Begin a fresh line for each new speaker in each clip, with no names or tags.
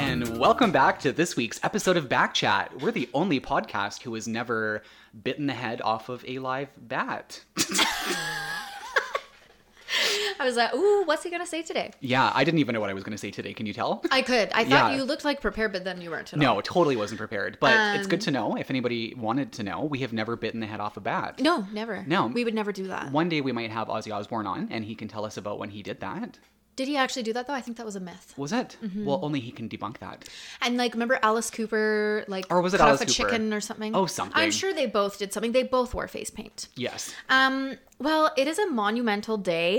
Welcome back to this week's episode of Backchat. We're the only podcast who has never bitten the head off of a live bat.
I was like, ooh, what's he gonna say today?
yeah, I didn't even know what I was going to say today. Can you tell?
I could. I thought
Yeah.
you looked like prepared, but then you weren't. at all.
No, totally wasn't prepared. But it's good to know if anybody wanted to know, we have never bitten the head off a bat.
No, never.
No.
We would never do that.
One day we might have Ozzy Osbourne on and he can tell us about when he did that.
Did he actually do that though? I think that was a myth.
Was it? Well, only he can debunk that.
And like, remember Alice Cooper, like,
Or was it
cut
Alice
off a
Cooper?
chicken or something?
Oh, something.
I'm sure they both did something. They both wore face paint.
Yes.
Um, well, it is a monumental day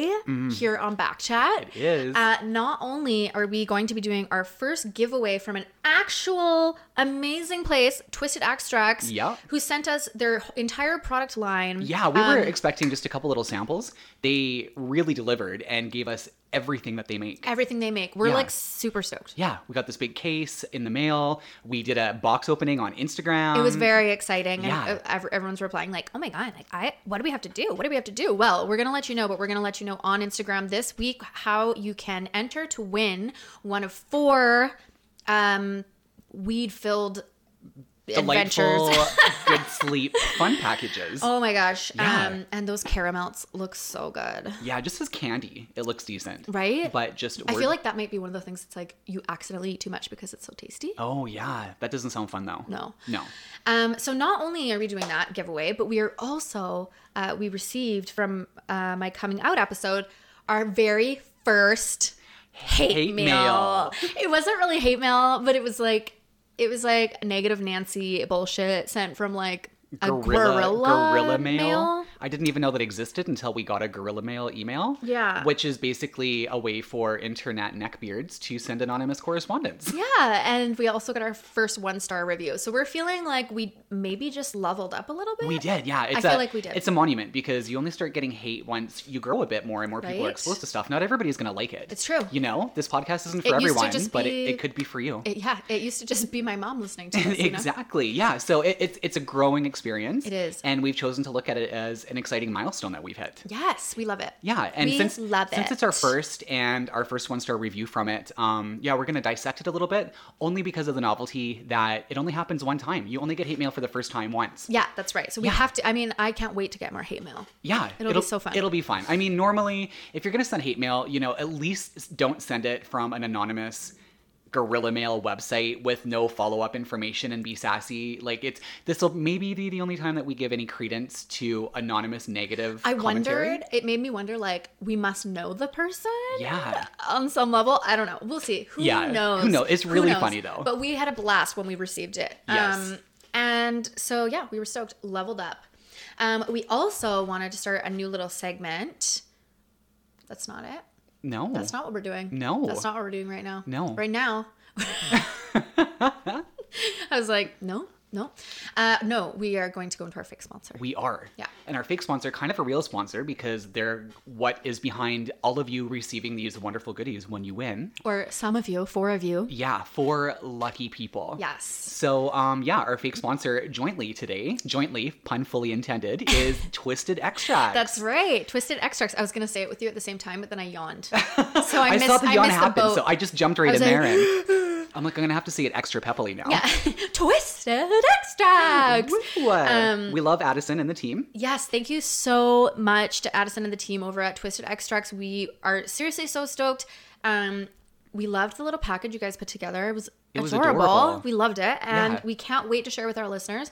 here on Backchat.
Mm-hmm. It is.
Uh, not only are we going to be doing our first giveaway from an actual amazing place, Twisted Extracts,
Yeah.
who sent us their entire product line.
Yeah, we
Um,
were expecting just a couple little samples. They really delivered and gave us everything that they make.
Everything they make. We're
Yeah.
like super stoked.
yeah, we got this big case in the mail. We did a box opening on Instagram.
It was very exciting, and
Um, yeah.
ev- ev- everyone's replying like, "Oh my god! Like, I what do we have to do? What do we have to do?" Well, we're gonna let you know, but we're gonna let you know on Instagram this week how you can enter to win one of four um, weed-filled
delightful,
adventures.
good sleep, fun packages.
Oh my gosh!
Yeah.
Um, and those caramels look so good,
Yeah, just as candy, it looks decent,
right?
But just
I
word-
feel like that might be one of the things that's like you accidentally eat too much because it's so tasty.
oh yeah, that doesn't sound fun though.
No.
no.
Um, so not only are we doing that giveaway, but we are also uh, we received from uh, my coming out episode our very first hate,
Hate
mail.
mail.
It wasn't really hate mail, but it was like it was like negative Nancy bullshit sent from like a gorilla,
gorilla mail. I didn't even know that existed until we got a gorilla mail email.
Yeah.
which is basically a way for internet neckbeards to send anonymous correspondence.
Yeah, and we also got our first one star review. So we're feeling like we maybe just leveled up a little bit.
We did, yeah. It's
feel
a-
like we did.
It's a monument because you only start getting hate once you grow a bit more and more people are
Right?
exposed to stuff. Not everybody's going to like it.
It's true.
You know, this podcast isn't for
It used to
everyone,
just
but
be-
it, it could be for you.
It- yeah, it used to just be my mom listening to us. You know?
exactly. Yeah. So it, it's it's a growing experience.
It is.
and we've chosen to look at it as an exciting milestone that we've hit.
Yes, we love it.
Yeah, and
We
since
love
since
it.
it's our first and our first one star review from it, um, yeah, we're gonna dissect it a little bit, only because of the novelty that it only happens one time. You only get hate mail for the first time once.
Yeah, that's right. So we have to. I mean, I can't wait to get more hate mail.
Yeah,
It'll be so fun.
It'll be fun. I mean, normally, if you're going to send hate mail, you know, at least don't send it from an anonymous guerrilla mail website with no follow up information and be sassy. Like it's this will maybe be the only time that we give any credence to anonymous negative.
I
commentary.
wondered. It made me wonder. Like, we must know the person.
Yeah.
On some level, I don't know. We'll see. Who
Yeah,
knows?
who knows? It's really
knows?
funny, though.
But we had a blast when we received it. Um,
Yes.
and so yeah, we were stoked. Leveled up. Um, we also wanted to start a new little segment. That's not it.
No,
That's not what we're doing.
No.
That's not what we're doing right now.
No.
Right now. I was like, no, no. Uh, no, we are going to go into our fake sponsor.
We are.
Yeah.
And our fake sponsor, kind of a real sponsor, because they're what is behind all of you receiving these wonderful goodies when you win.
or some of you, four of you.
Yeah, for lucky people.
Yes.
So, um, yeah, our fake sponsor jointly today, jointly, pun fully intended, is Twisted Extract.
That's right. Twisted extracts. I was going to say it with you at the same time, but then I yawned. So I,
I,
missed,
saw the
I
yawn
missed
happen,
the boat.
so I just jumped right in
I was
there,
like,
and I'm like, I'm gonna have to say it extra peppily now.
yeah. Twisted extracts.
Woo!
Um,
we love Addison and the team.
Yes, thank you so much to Addison and the team over at Twisted Extracts. We are seriously so stoked. Um, we loved the little package you guys put together. It was
It was
adorable.
adorable.
We loved it, and
Yeah.
we can't wait to share with our listeners.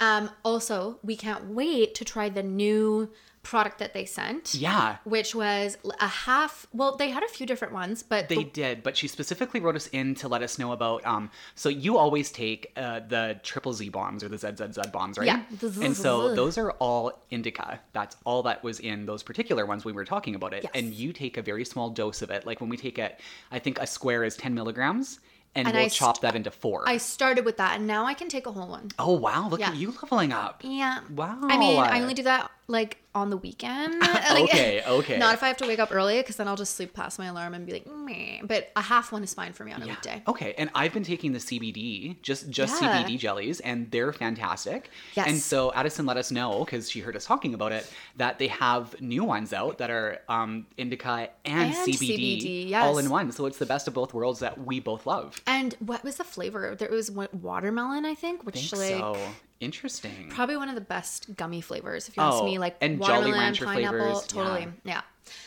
Um, also, we can't wait to try the new product that they sent.
Yeah.
Which was a half. Well, they had a few different ones, but
They
the-
did, but she specifically wrote us in to let us know about. Um, so you always take uh, the triple Z bombs or the ZZZ bombs, right?
Yeah.
And so those are all indica. That's all that was in those particular ones we were talking about it.
Yes.
And you take a very small dose of it. Like when we take it, I think a square is 10 milligrams, and,
And
we'll
I st-
chop that into four.
I started with that, and now I can take a whole one.
oh, wow. Look at
Yeah.
you leveling up.
Yeah.
Wow.
I mean, I only do that like on the weekend.
Okay, okay.
Not if I have to wake up early, because then I'll just sleep past my alarm and be like, meh. But a half one is fine for me on a weekday.
Okay, and I've been taking the CBD, just just
Yeah.
CBD jellies, and they're fantastic.
Yes.
And so Addison let us know because she heard us talking about it that they have new ones out that are um, indica and,
And
CBD,
CBD, yes.
all in one. So it's the best of both worlds that we both love.
And what was the flavor? There was wa- watermelon, I think, which
I think
like
so interesting.
probably one of the best gummy flavors if you ask
Oh,
me like
and Jolly
watermelon
Rancher
pineapple
flavors,
totally
yeah.
yeah.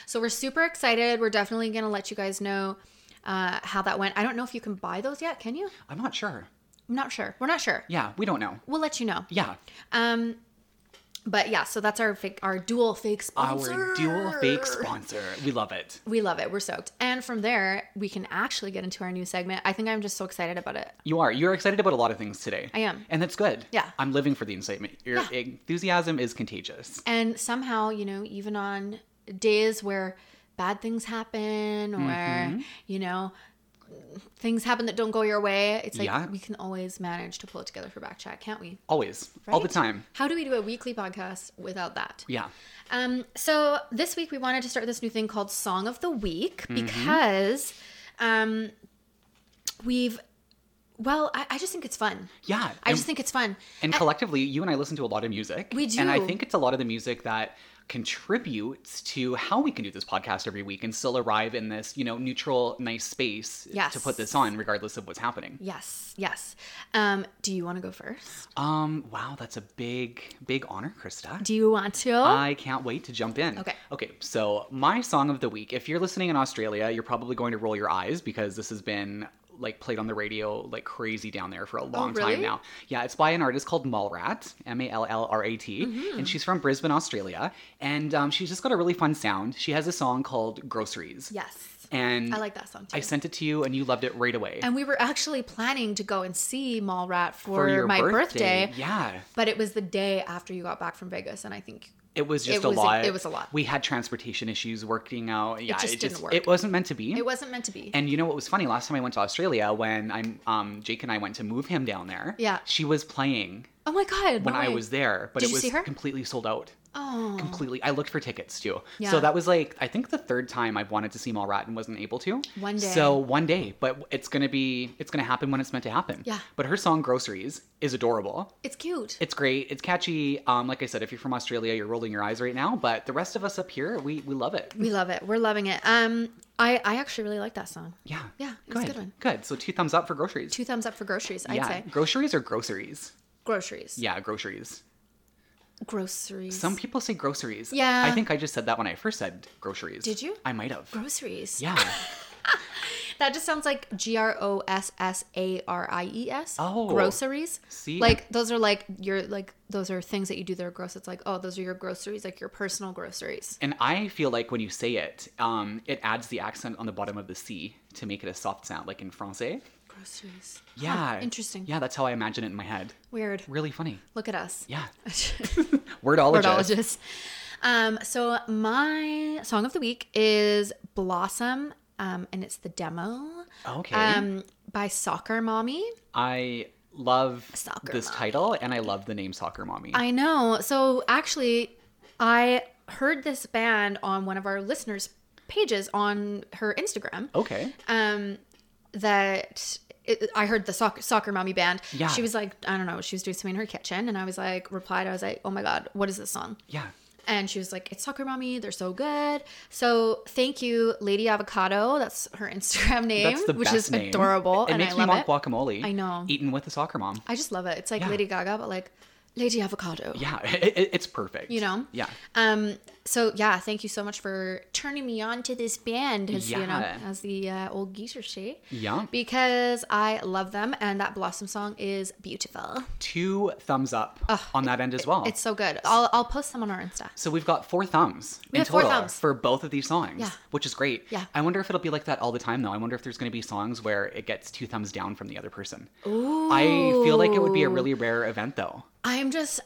so we're super excited we're definitely gonna let you guys know uh, how that went i don't know if you can buy those yet can you
I'm not sure.
i'm not sure we're not sure
Yeah, we don't know.
we'll let you know
Yeah,
um but yeah so that's our fake our dual fake sponsor
our dual fake sponsor. We love it.
we love it we're soaked and from there we can actually get into our new segment i think i'm just so excited about it
You are. You're excited about a lot of things today.
I am.
And that's good.
Yeah.
I'm living for the incitement. Your
Yeah.
enthusiasm is contagious.
and somehow you know even on days where bad things happen or
Mm-hmm.
you know things happen that don't go your way it's like
Yeah.
we can always manage to pull it together for back chat can't we
Always. All the
Right?
time.
how do we do a weekly podcast without that
Yeah.
um so this week we wanted to start this new thing called song of the week
Mm-hmm.
because um we've well I, I just think it's fun
Yeah.
i
and,
just think it's fun
and collectively, you and I listen to a lot of music.
We
And I
do.
think it's a lot of the music that contributes to how we can do this podcast every week and still arrive in this, you know, neutral, nice space
Yes.
to put this on, regardless of what's happening.
yes yes um do you want to go first
Um, wow, that's a big, big honor, Krista.
do you want to
I can't wait to jump in.
Okay.
Okay. So my song of the week. If you're listening in Australia, you're probably going to roll your eyes because this has been like played on the radio like crazy down there for a long
Oh, really?
time now. Yeah, it's by an artist called Mallrat, M A L L R A T,
Mm-hmm.
and she's from Brisbane, Australia. And um, she's just got a really fun sound. She has a song called Groceries.
yes
And
I like that song too.
I sent it to you, and you loved it right away.
and we were actually planning to go and see Mallrat
for
for,
your
my birthday.
Yeah.
but it was the day after you got back from Vegas, and I think
It was just
It
a
was a-
lot.
it was a lot.
We had transportation issues working out. Yeah,
just didn't work.
It wasn't meant to be.
it wasn't meant to be.
And you know what was funny? Last time I went to Australia, when I'm um, Jake and I went to move him down there.
Yeah.
she was playing
oh my god!
when
no
I
way.
was there, but
Did
it
you
was
see her?
completely sold out.
oh,
Completely. I looked for tickets too.
Yeah.
So that was like I think the third time I've wanted to see Mallrat and wasn't able to.
One day.
So one day, but it's gonna be it's gonna happen when it's meant to happen.
Yeah.
But her song "Groceries" is adorable.
it's cute.
It's great. It's catchy. Um, like I said, if you're from Australia, you're rolling your eyes right now. But the rest of us up here, we we love it.
we love it. We're loving it. Um, I I actually really like that song.
Yeah.
Yeah, it
Good.
was a good one.
Good. So two thumbs up for groceries.
Two thumbs up for groceries. I'd
yeah.
say
Groceries or groceries?
groceries.
Yeah, groceries.
groceries.
Some people say groceries.
Yeah.
I think I just said that when I first said groceries.
Did you?
I might have.
groceries.
yeah.
that just sounds like G R O S S A R I E S.
Oh.
groceries.
See?
like those are like your like those are things that you do that are gross. It's like oh, those are your groceries, like your personal groceries.
And I feel like when you say it, um, it adds the accent on the bottom of the C to make it a soft sound, like in Francais.
Groceries. Huh,
Yeah.
interesting.
Yeah, that's how I imagine it in my head.
Weird.
Really funny.
Look at us.
Yeah.
Wordologist.
Wordologist.
Um, so my song of the week is Blossom, um, and it's the demo.
Okay.
Um, by Soccer Mommy.
I love
Soccer
this
Mommy.
title and I love the name Soccer Mommy.
I know. So actually, I heard this band on one of our listeners' pages on her Instagram.
okay.
um that it, I heard the soccer, soccer mommy band.
Yeah.
She was like, I don't know, she was doing something in her kitchen, and I was like, replied, I was like, oh my god, what is this song?
Yeah.
And she was like, it's soccer mommy, they're so good. So thank you, Lady Avocado. That's her Instagram name,
That's the
which
best
is
name.
adorable,
It
and
makes
I
me
love
want
it.
guacamole.
I know.
Eaten with a soccer mom.
I just love it. It's like
Yeah.
Lady Gaga, but like Lady Avocado.
Yeah, it, it, it's perfect.
You know?
Yeah.
Um. So yeah, thank you so much for turning me on to this band, as you know,
Yeah.
as the uh, old geezer say.
Yeah.
Because I love them, and that Blossom song is beautiful.
Two thumbs up on that end as well.
It's so good. I'll I'll post them on our Insta.
so we've got four thumbs in
have four
total
thumbs.
for both of these songs,
Yeah.
which is great.
Yeah.
I wonder if it'll be like that all the time, though. I wonder if there's going to be songs where it gets two thumbs down from the other person.
Ooh.
I feel like it would be a really rare event, though.
I'm just.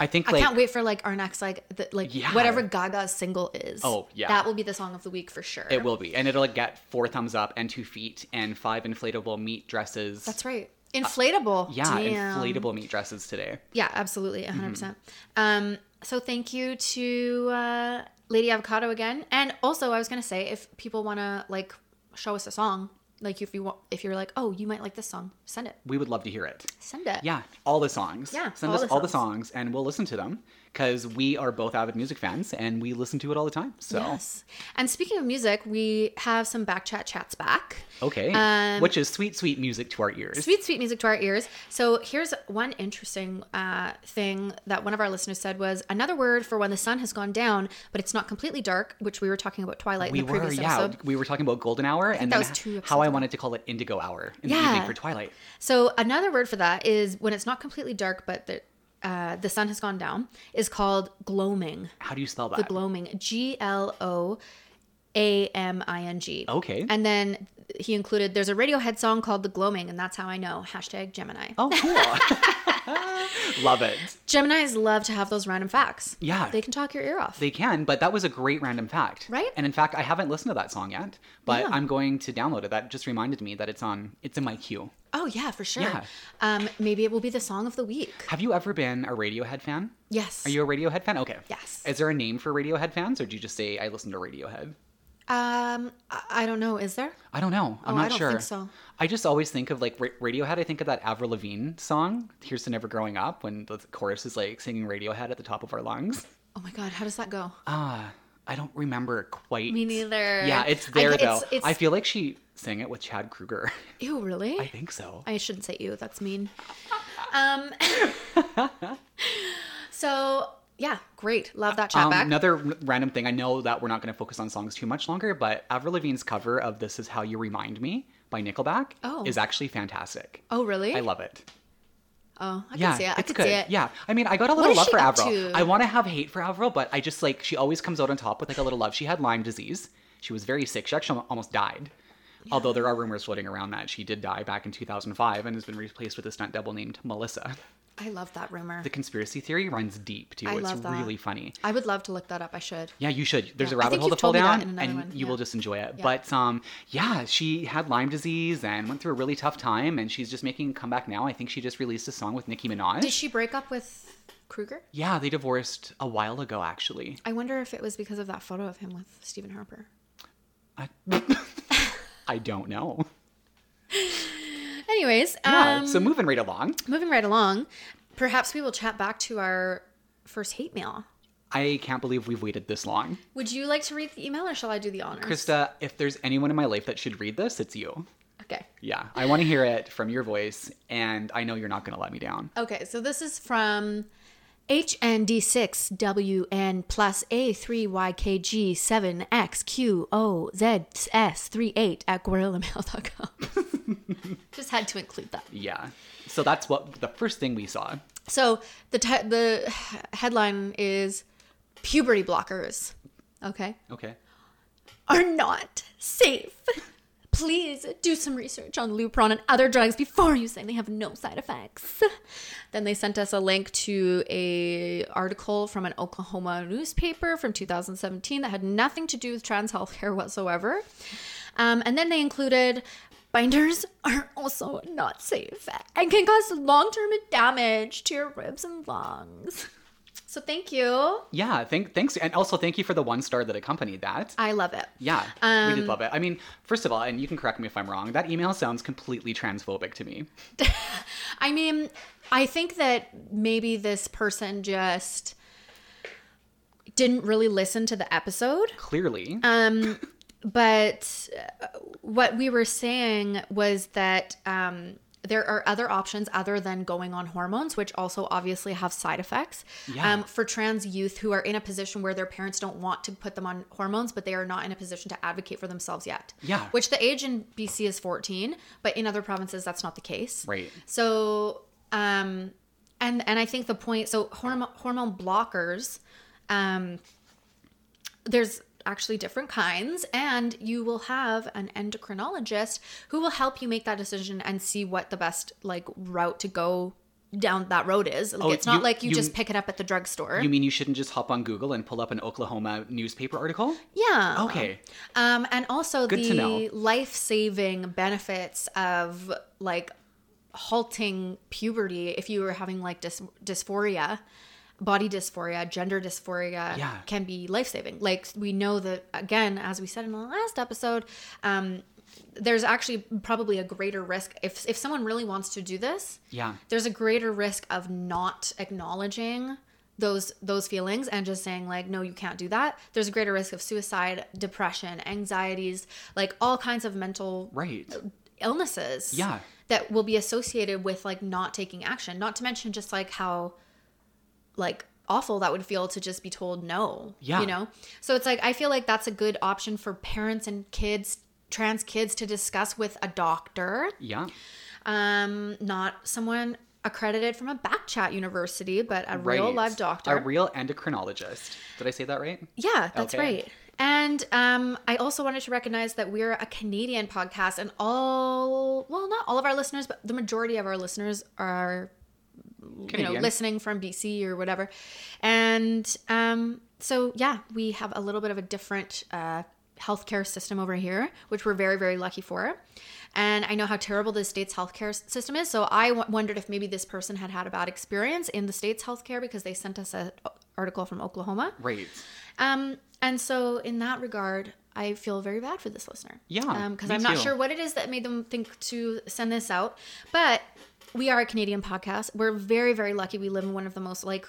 I think
I
like
can't wait for like our next like the, like
Yeah.
whatever Gaga's single is.
Oh, yeah.
That will be the song of the week for sure.
it will be, and it'll get four thumbs up and two feet and five inflatable meat dresses.
That's right. Inflatable.
Uh, yeah,
Damn.
inflatable meat dresses today.
Yeah, absolutely, 100%. Um, so thank you to uh, Lady Avocado again. And also, I was gonna say if people wanna like show us a song, like if you want, if you're like, oh, you might like this song, send it,
We would love to hear it.
send it.
Yeah, all the songs.
Yeah,
send
all
us
the
all the songs, and we'll listen to them because we are both avid music fans and we listen to it all the time. So
Yes. And speaking of music, we have some back chat chats back.
okay,
Um,
which is sweet, sweet music to our ears.
Sweet, sweet music to our ears. So here's one interesting uh, thing that one of our listeners said was another word for when the sun has gone down, but it's not completely dark, which we were talking about Twilight
we
in the
were,
previous
yeah,
episode.
we were talking about golden hour and then
that was
h-
two
how
episodes
I
ago.
wanted to call it indigo hour in the evening
Yeah.
for Twilight.
So another word for that is when it's not completely dark, but the uh, the sun has gone down is called gloaming.
How do you spell that?
The gloaming, G L O A M I N G.
Okay.
And then he included there's a Radiohead song called "The Gloaming," and that's how I know hashtag Gemini.
oh, cool. Love it.
Geminis love to have those random facts.
Yeah.
They can talk your ear off.
They can, but that was a great random fact.
Right?
And in fact, I haven't listened to that song yet, but
Yeah.
I'm going to download it. That just reminded me that it's on it's in my queue.
oh yeah, for sure.
Yeah.
Um, maybe it will be the song of the week.
Have you ever been a Radiohead fan?
Yes.
Are you a Radiohead fan? Okay.
Yes.
Is there a name for Radiohead fans or do you just say I listen to Radiohead?
Um, I, I don't know. Is there?
I don't know. I'm
Oh, I
not
don't
sure.
think so.
I just always think of like Ra- Radiohead. I think of that Avril Lavigne song, "Here's to Never Growing Up," when the chorus is like singing Radiohead at the top of our lungs.
Oh my God, how does that go?
Ah, I don't remember quite.
Me neither.
Yeah, it's
I-
there though.
it's- it's-
I feel like she sang it with Chad Kruger.
Ew, really?
I think so.
I shouldn't say you. That's mean. Um, so yeah, great. Love that chat
Um,
back.
another r- random thing. I know that we're not going to focus on songs too much longer, but Avril Lavigne's cover of "This Is How You Remind Me" by Nickelback
Oh.
is actually fantastic.
oh really?
I love it.
oh, I
yeah,
can see it. I
it's
could
good.
see it.
Yeah, I mean, I got a little
is
love
she
for
up
Avril.
to?
I want to have hate for Avril, but I just like she always comes out on top with like a little love. She had Lyme disease. She was very sick. She actually almost died. Although there are rumors floating around that she did die back in 2005 and has been replaced with a stunt double named Melissa.
I love that rumor.
The conspiracy theory runs deep too.
I
it's
love that.
really funny.
I would love to look that up. I should.
Yeah, you should. There's
Yeah,
a
I
rabbit hole
think
to
you've
fall
told me that
down,
in
and
another one,
you
yeah.
will just enjoy it.
Yeah.
But um, yeah, she had Lyme disease and went through a really tough time, and she's just making a comeback now. I think she just released a song with Nicki Minaj.
Did she break up with Kruger?
Yeah, they divorced a while ago, actually.
I wonder if it was because of that photo of him with Stephen Harper.
I, I don't know.
Anyways,
Yeah,
um,
so moving right along,
moving right along, perhaps we will chat back to our first hate mail.
I can't believe we've waited this long.
Would you like to read the email or shall I do the honors?
Krista, if there's anyone in my life that should read this, it's you.
Okay.
Yeah, I want to hear it from your voice, and I know you're not going to let me down.
Okay, so this is from HND6WN plus A3YKG7XQOZS38 at gorillamail.com. Just had to include that.
Yeah. So that's what the first thing we saw.
So the ti the headline is puberty blockers. Okay.
Okay.
Are not safe. Please do some research on Lupron and other drugs before you say they have no side effects. Then they sent us a link to a article from an Oklahoma newspaper from 2017 that had nothing to do with trans health care whatsoever. Um, and then they included binders are also not safe and can cause long-term damage to your ribs and lungs. So thank you.
Yeah. Thank, thanks, and also thank you for the one star that accompanied that.
I love it.
Yeah, we did love it. I mean, first of all, and you can correct me if I'm wrong. That email sounds completely transphobic to me.
I mean, I think that maybe this person just didn't really listen to the episode.
Clearly.
Um, but uh, what we were saying was that um, there are other options other than going on hormones, which also obviously have side effects.
Yeah.
Um, for trans youth who are in a position where their parents don't want to put them on hormones, but they are not in a position to advocate for themselves yet.
Yeah.
Which the age in BC is 14, but in other provinces, that's not the case.
Right.
So, um, and and I think the point. So hormone hormone blockers, um, there's actually different kinds, and you will have an endocrinologist who will help you make that decision and see what the best like route to go down that road is. Like
Oh,
it's not
you-
like you,
you-
just pick it up at the drugstore.
You mean you shouldn't just hop on Google and pull up an Oklahoma newspaper article?
yeah.
Okay.
Um, and also
Good to know.
the life saving benefits of like halting puberty if you were having like dys- dysphoria. body dysphoria, gender dysphoria
Yeah.
can be life saving. Like we know that again, as we said in the last episode, um, there's actually probably a greater risk if if someone really wants to do this,
Yeah.
there's a greater risk of not acknowledging those those feelings and just saying like no you can't do that there's a greater risk of suicide depression anxieties like all kinds of mental
Right.
illnesses
Yeah.
that will be associated with like not taking action not to mention just like how like awful that would feel to just be told no
Yeah.
you know so it's like i feel like that's a good option for parents and kids trans kids to discuss with a doctor
Yeah.
um not someone accredited from a back chat university but a real
Right.
live doctor
A real endocrinologist. Did I say that right?
yeah, that's
Okay.
right. And um, I also wanted to recognize that we're a Canadian podcast, and all, well, not all of our listeners, but the majority of our listeners are, you know,
Canadian.
listening from BC or whatever. And um, so, yeah, we have a little bit of a different uh, healthcare system over here, which we're very, very lucky for. And I know how terrible the state's healthcare s- system is. So I w- wondered if maybe this person had had a bad experience in the state's healthcare because they sent us an article from Oklahoma.
Right.
Um, and so in that regard, I feel very bad for this listener.
Yeah,
because
me
I'm not
too.
sure what it is that made them think to send this out, but we are a Canadian podcast. We're very, very lucky. We live in one of the most like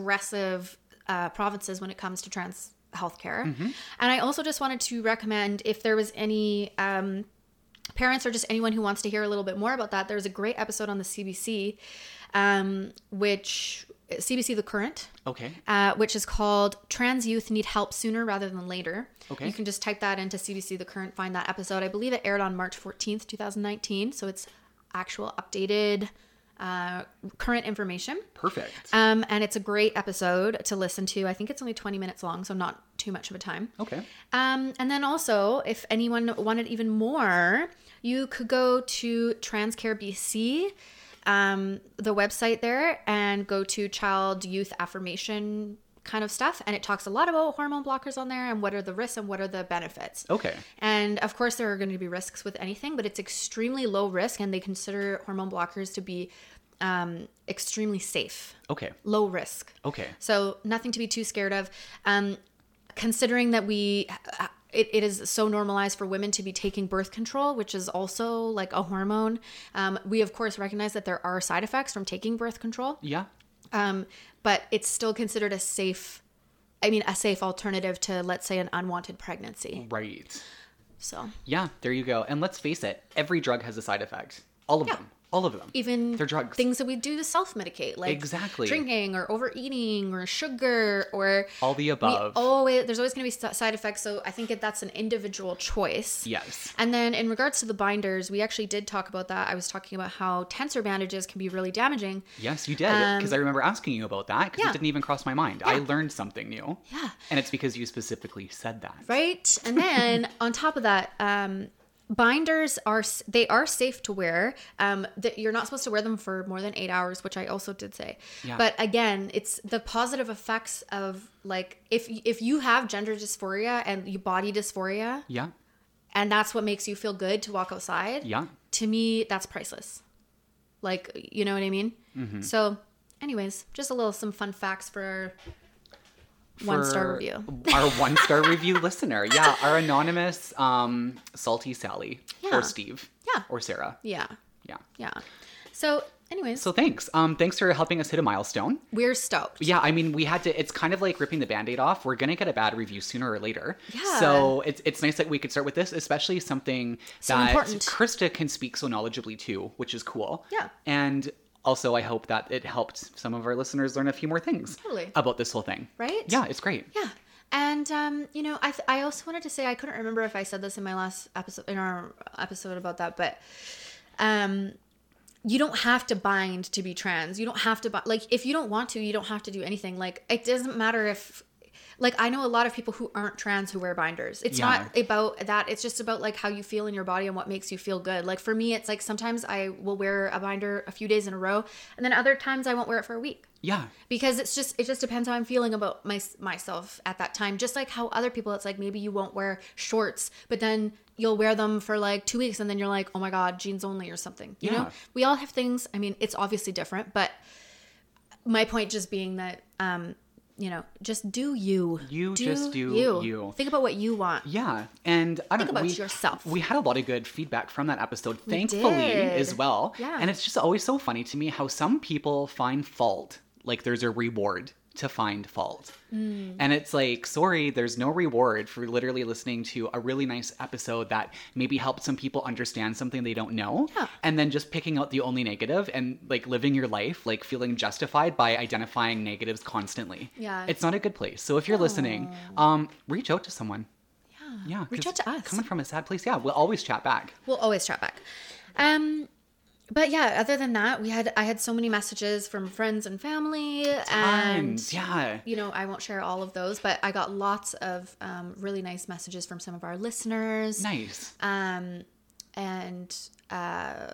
progressive uh, provinces when it comes to trans healthcare.
Mm-hmm.
And I also just wanted to recommend if there was any um, parents or just anyone who wants to hear a little bit more about that, there's a great episode on the CBC, um, which CBC The Current
Okay.
uh, which is called Trans Youth Need Help Sooner Rather Than Later.
Okay.
You can just type that into CBC The Current, find that episode. I believe it aired on March 14th, 2019. So it's actual updated uh, current information.
Perfect.
Um, and it's a great episode to listen to. I think it's only 20 minutes long, so not too much of a time.
okay.
Um, and then also, if anyone wanted even more, you could go to Transcare BC, um, the website there, and go to child youth affirmation kind of stuff. And it talks a lot about hormone blockers on there and what are the risks and what are the benefits.
Okay.
And of course, there are going to be risks with anything, but it's extremely low risk, and they consider hormone blockers to be um, extremely safe,
Okay.
low risk.
Okay.
So nothing to be too scared of. Um, considering that we, uh, it, it is so normalized for women to be taking birth control, which is also like a hormone. Um, we of course recognize that there are side effects from taking birth control,
Yeah.
um, but it's still considered a safe. I mean, a safe alternative to, let's say, an unwanted pregnancy.
Right.
So,
Yeah, there you go. And let's face it, every drug has a side effect. All of
Yeah.
them. All of them.
even
They're drugs.
things that we do to self medicate, like
Exactly.
drinking or overeating or sugar or
All the
we
above.
always there's always going to be si- side effects so i think that that's an individual choice
yes.
and then in regards to the binders we actually did talk about that i was talking about how tensor bandages can be really damaging
Yes, you did. Because I remember asking you about that because
um, yeah.
it didn't even cross my mind. I
Yeah.
learned something new.
Yeah.
And it's because you specifically said that.
right and then on top of that um binders are s- they are safe to wear um that you're not supposed to wear them for more than eight hours which i also did say
Yeah.
but again it's the positive effects of like if if you have gender dysphoria and you body dysphoria
Yeah.
and that's what makes you feel good to walk outside
Yeah.
to me that's priceless like you know what i mean
Mm-hmm.
so anyways just a little some fun facts for one star
for
review
our one star review listener. Yeah, our anonymous um, salty Sally
Yeah.
or Steve.
Yeah.
Or Sarah.
yeah
Yeah.
yeah so anyways
So thanks. Um, thanks for helping us hit a milestone.
we're stoked
Yeah, I mean, we had to. It's kind of like ripping the band aid off. We're going to get a bad review sooner or later.
Yeah.
So it's, it's nice that we could start with this, especially something
So
that
important.
Krista can speak so knowledgeably to, which is cool.
Yeah.
And also, I hope that it helped some of our listeners learn a few more things
Totally.
about this whole thing.
Right?
Yeah, it's great.
yeah and um, you know, I, th- I also wanted to say I couldn't remember if I said this in my last episode in our episode about that, but um, you don't have to bind to be trans. You don't have to bind. Like, if you don't want to, you don't have to do anything. Like, it doesn't matter if. Like, I know a lot of people who aren't trans who wear binders. It's
Yeah.
not about that. It's just about like how you feel in your body and what makes you feel good. Like, for me, it's like sometimes I will wear a binder a few days in a row, and then other times I won't wear it for a week
Yeah.
because it's just it just depends how I'm feeling about my myself at that time. Just like how other people, it's like maybe you won't wear shorts, but then you'll wear them for like two weeks, and then you're like, oh my god, jeans only or something. You know,
Yeah.
we all have things. I mean, it's obviously different, but my point just being that um you know just do you
You just do you.
think about what you want
Yeah, and I don't
Think about
we,
yourself.
We had a lot of good feedback from that episode, thankfully
did.
as well.
Yeah.
and it's just always so funny to me how some people find fault. Like there's a reward to find fault,
Mm.
and it's like, sorry, there's no reward for literally listening to a really nice episode that maybe helped some people understand something they don't know,
Yeah.
and then just picking out the only negative and like living your life like feeling justified by identifying negatives constantly.
Yeah.
it's not a good place. So if you're listening, um, reach out to someone. Yeah,
Reach
'cause
out to us.
Coming from a sad place, yeah, we'll always chat back.
We'll always chat back. Um, but yeah, other than that, we had I had so many messages from friends and family, and
Times, yeah,
you know I won't share all of those, but I got lots of um, really nice messages from some of our listeners,
nice.
um, and uh,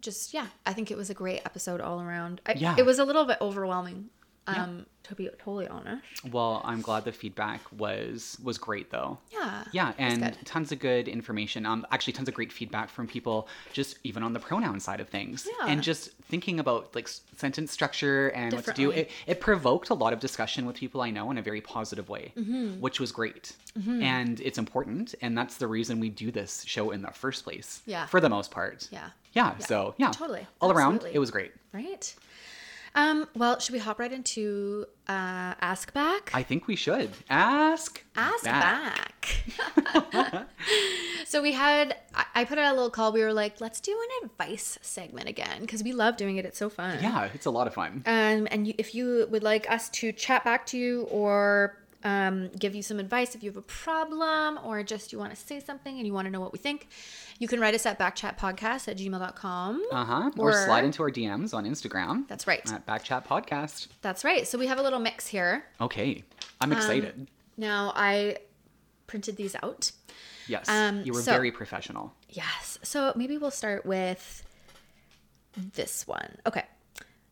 just yeah, I think it was a great episode all around. I,
Yeah.
it was a little bit overwhelming, um, to be totally honest.
Well, I'm glad the feedback was was great though.
Yeah,
Yeah, and
good.
tons of good information. Um, actually, tons of great feedback from people, just even on the pronoun side of things,
Yeah.
and just thinking about like s- sentence structure and what to do. It,
Differently.
it provoked a lot of discussion with people I know in a very positive way,
Mm-hmm.
which was great. And it's important, and that's the reason we do this show in the first place.
Yeah.
for the most part.
Yeah.
Yeah. So yeah,
Totally.
All around,
Absolutely.
it was great.
right. Um, well, should we hop right into uh, Ask Back?
I think we should ask.
Ask back. so we had, I- I put out a little call. We were like, let's do an advice segment again because we love doing it. It's so fun.
Yeah, it's a lot of fun.
Um, and you, if you would like us to chat back to you or um, give you some advice if you have a problem or just you want to say something and you want to know what we think, you can write us at backchatpodcast at gmail.com.
Uh huh. Or,
Or-
slide into our DMs on Instagram.
That's right.
At Backchat Podcast.
That's right. So we have a little mix here.
Okay, I'm
Um,
excited.
Now I printed these out.
yes,
um,
you were
so-
very professional.
Yes. So maybe we'll start with this one. Okay.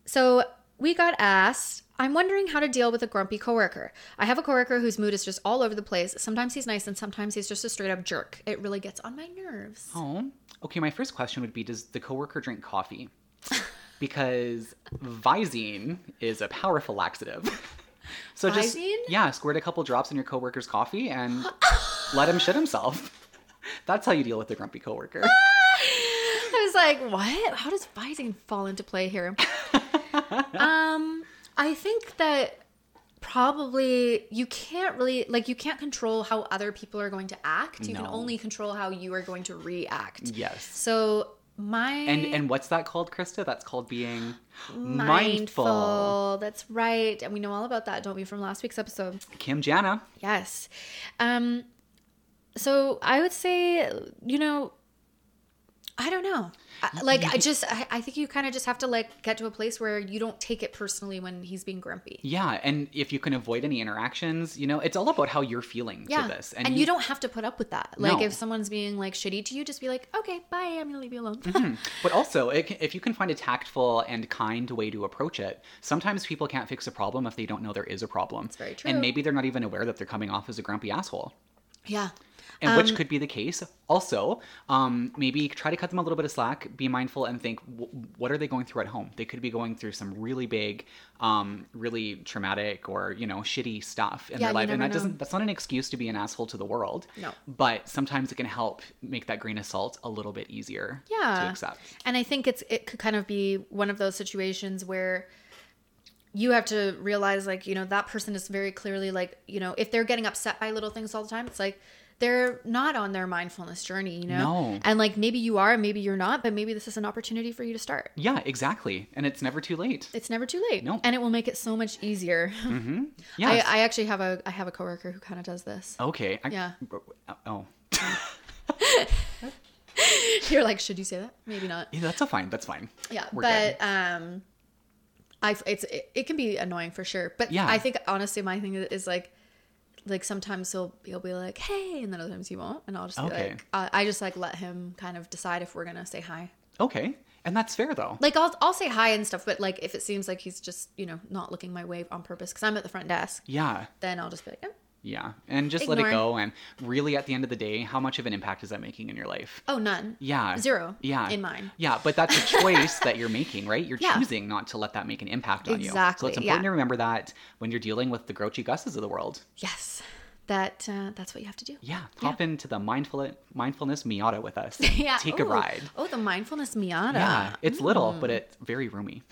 So we got asked, I'm wondering how to deal with a grumpy coworker. I have a coworker whose mood is just all over the place. Sometimes he's nice and sometimes he's just a straight up jerk. It really gets on my nerves.
Oh, okay. My first question would be: Does the coworker drink coffee? Because Visine is a powerful laxative. So just
Visine?
yeah, squirt a couple drops in your coworker's coffee and let him shit himself. That's how you deal with a grumpy coworker.
I was like, what? How does Visine fall into play here? um, I think that probably you can't really like you can't control how other people are going to act. You can
No.
only control how you are going to react.
yes.
So my
And and what's that called, Krista? That's called being
mindful.
mindful.
That's right. And we know all about that, don't we, from last week's episode?
Kim Jana.
Yes. Um so I would say, you know, I don't know. I, like I just I, I think you kind of just have to like get to a place where you don't take it personally when he's being grumpy.
Yeah, and if you can avoid any interactions, you know, it's all about how you're feeling
Yeah.
to this.
And, you, don't have to put up with that. Like
No.
if someone's being like shitty to you, just be like, "Okay, bye. I'm going to leave you alone."
But also, it, can- if you can find a tactful and kind way to approach it, sometimes people can't fix a problem if they don't know there is a problem. That's
very true.
And maybe they're not even aware that they're coming off as a grumpy asshole.
yeah.
And which
Um,
could be the case. Also, um, maybe try to cut them a little bit of slack. Be mindful and think, w- what are they going through at home? They could be going through some really big, um, really traumatic or you know shitty stuff in
Yeah,
their
you
life, and
never
that
know.
doesn't. That's not an excuse to be an asshole to the world.
No.
But sometimes it can help make that grain of salt a little bit easier. To
yeah
accept.
and i think it's it could kind of be one of those situations where you have to realize like you know that person is very clearly like you know if they're getting upset by little things all the time it's like they're not on their mindfulness journey you know
No.
and like maybe you are and maybe you're not but maybe this is an opportunity for you to start
Yeah, exactly. And it's never too late.
it's never too late
No.
and it will make it so much easier
Yes.
I, I actually have a i have a coworker who kind of does this
okay. I,
Yeah.
Oh,
you're like should you say that maybe not
Yeah, that's a fine. That's fine.
Yeah,
We're
but um, I it's it, it can be annoying for sure. But
Yeah.
I think honestly, my thing is like, like sometimes he'll he'll be like, "Hey," and then other times he won't, and I'll just be
Okay.
like, I I just like let him kind of decide if we're gonna say hi.
Okay. And that's fair though.
Like I'll I'll say hi and stuff, but like if it seems like he's just you know not looking my way on purpose because I'm at the front desk,
Yeah.
then I'll just be like, "Oh,
Yeah. And just let it
Ignore.
go. And really, at the end of the day, how much of an impact is that making in your life?
Oh, none.
Yeah.
Zero
Yeah.
in mine.
Yeah. But that's a choice that you're making, right? You're
Yeah.
choosing not to let that make an impact on you. So
Exactly,
it's important
yeah.
to remember that when you're dealing with the grouchy gusses of the world.
Yes. That uh, that's what you have to do.
Yeah. Hop into the mindful mindfulness Miata with us.
Yeah.
Take a
Ooh. Mm.
ride.
Oh, the mindfulness Miata.
Yeah. It's little, but it's very roomy.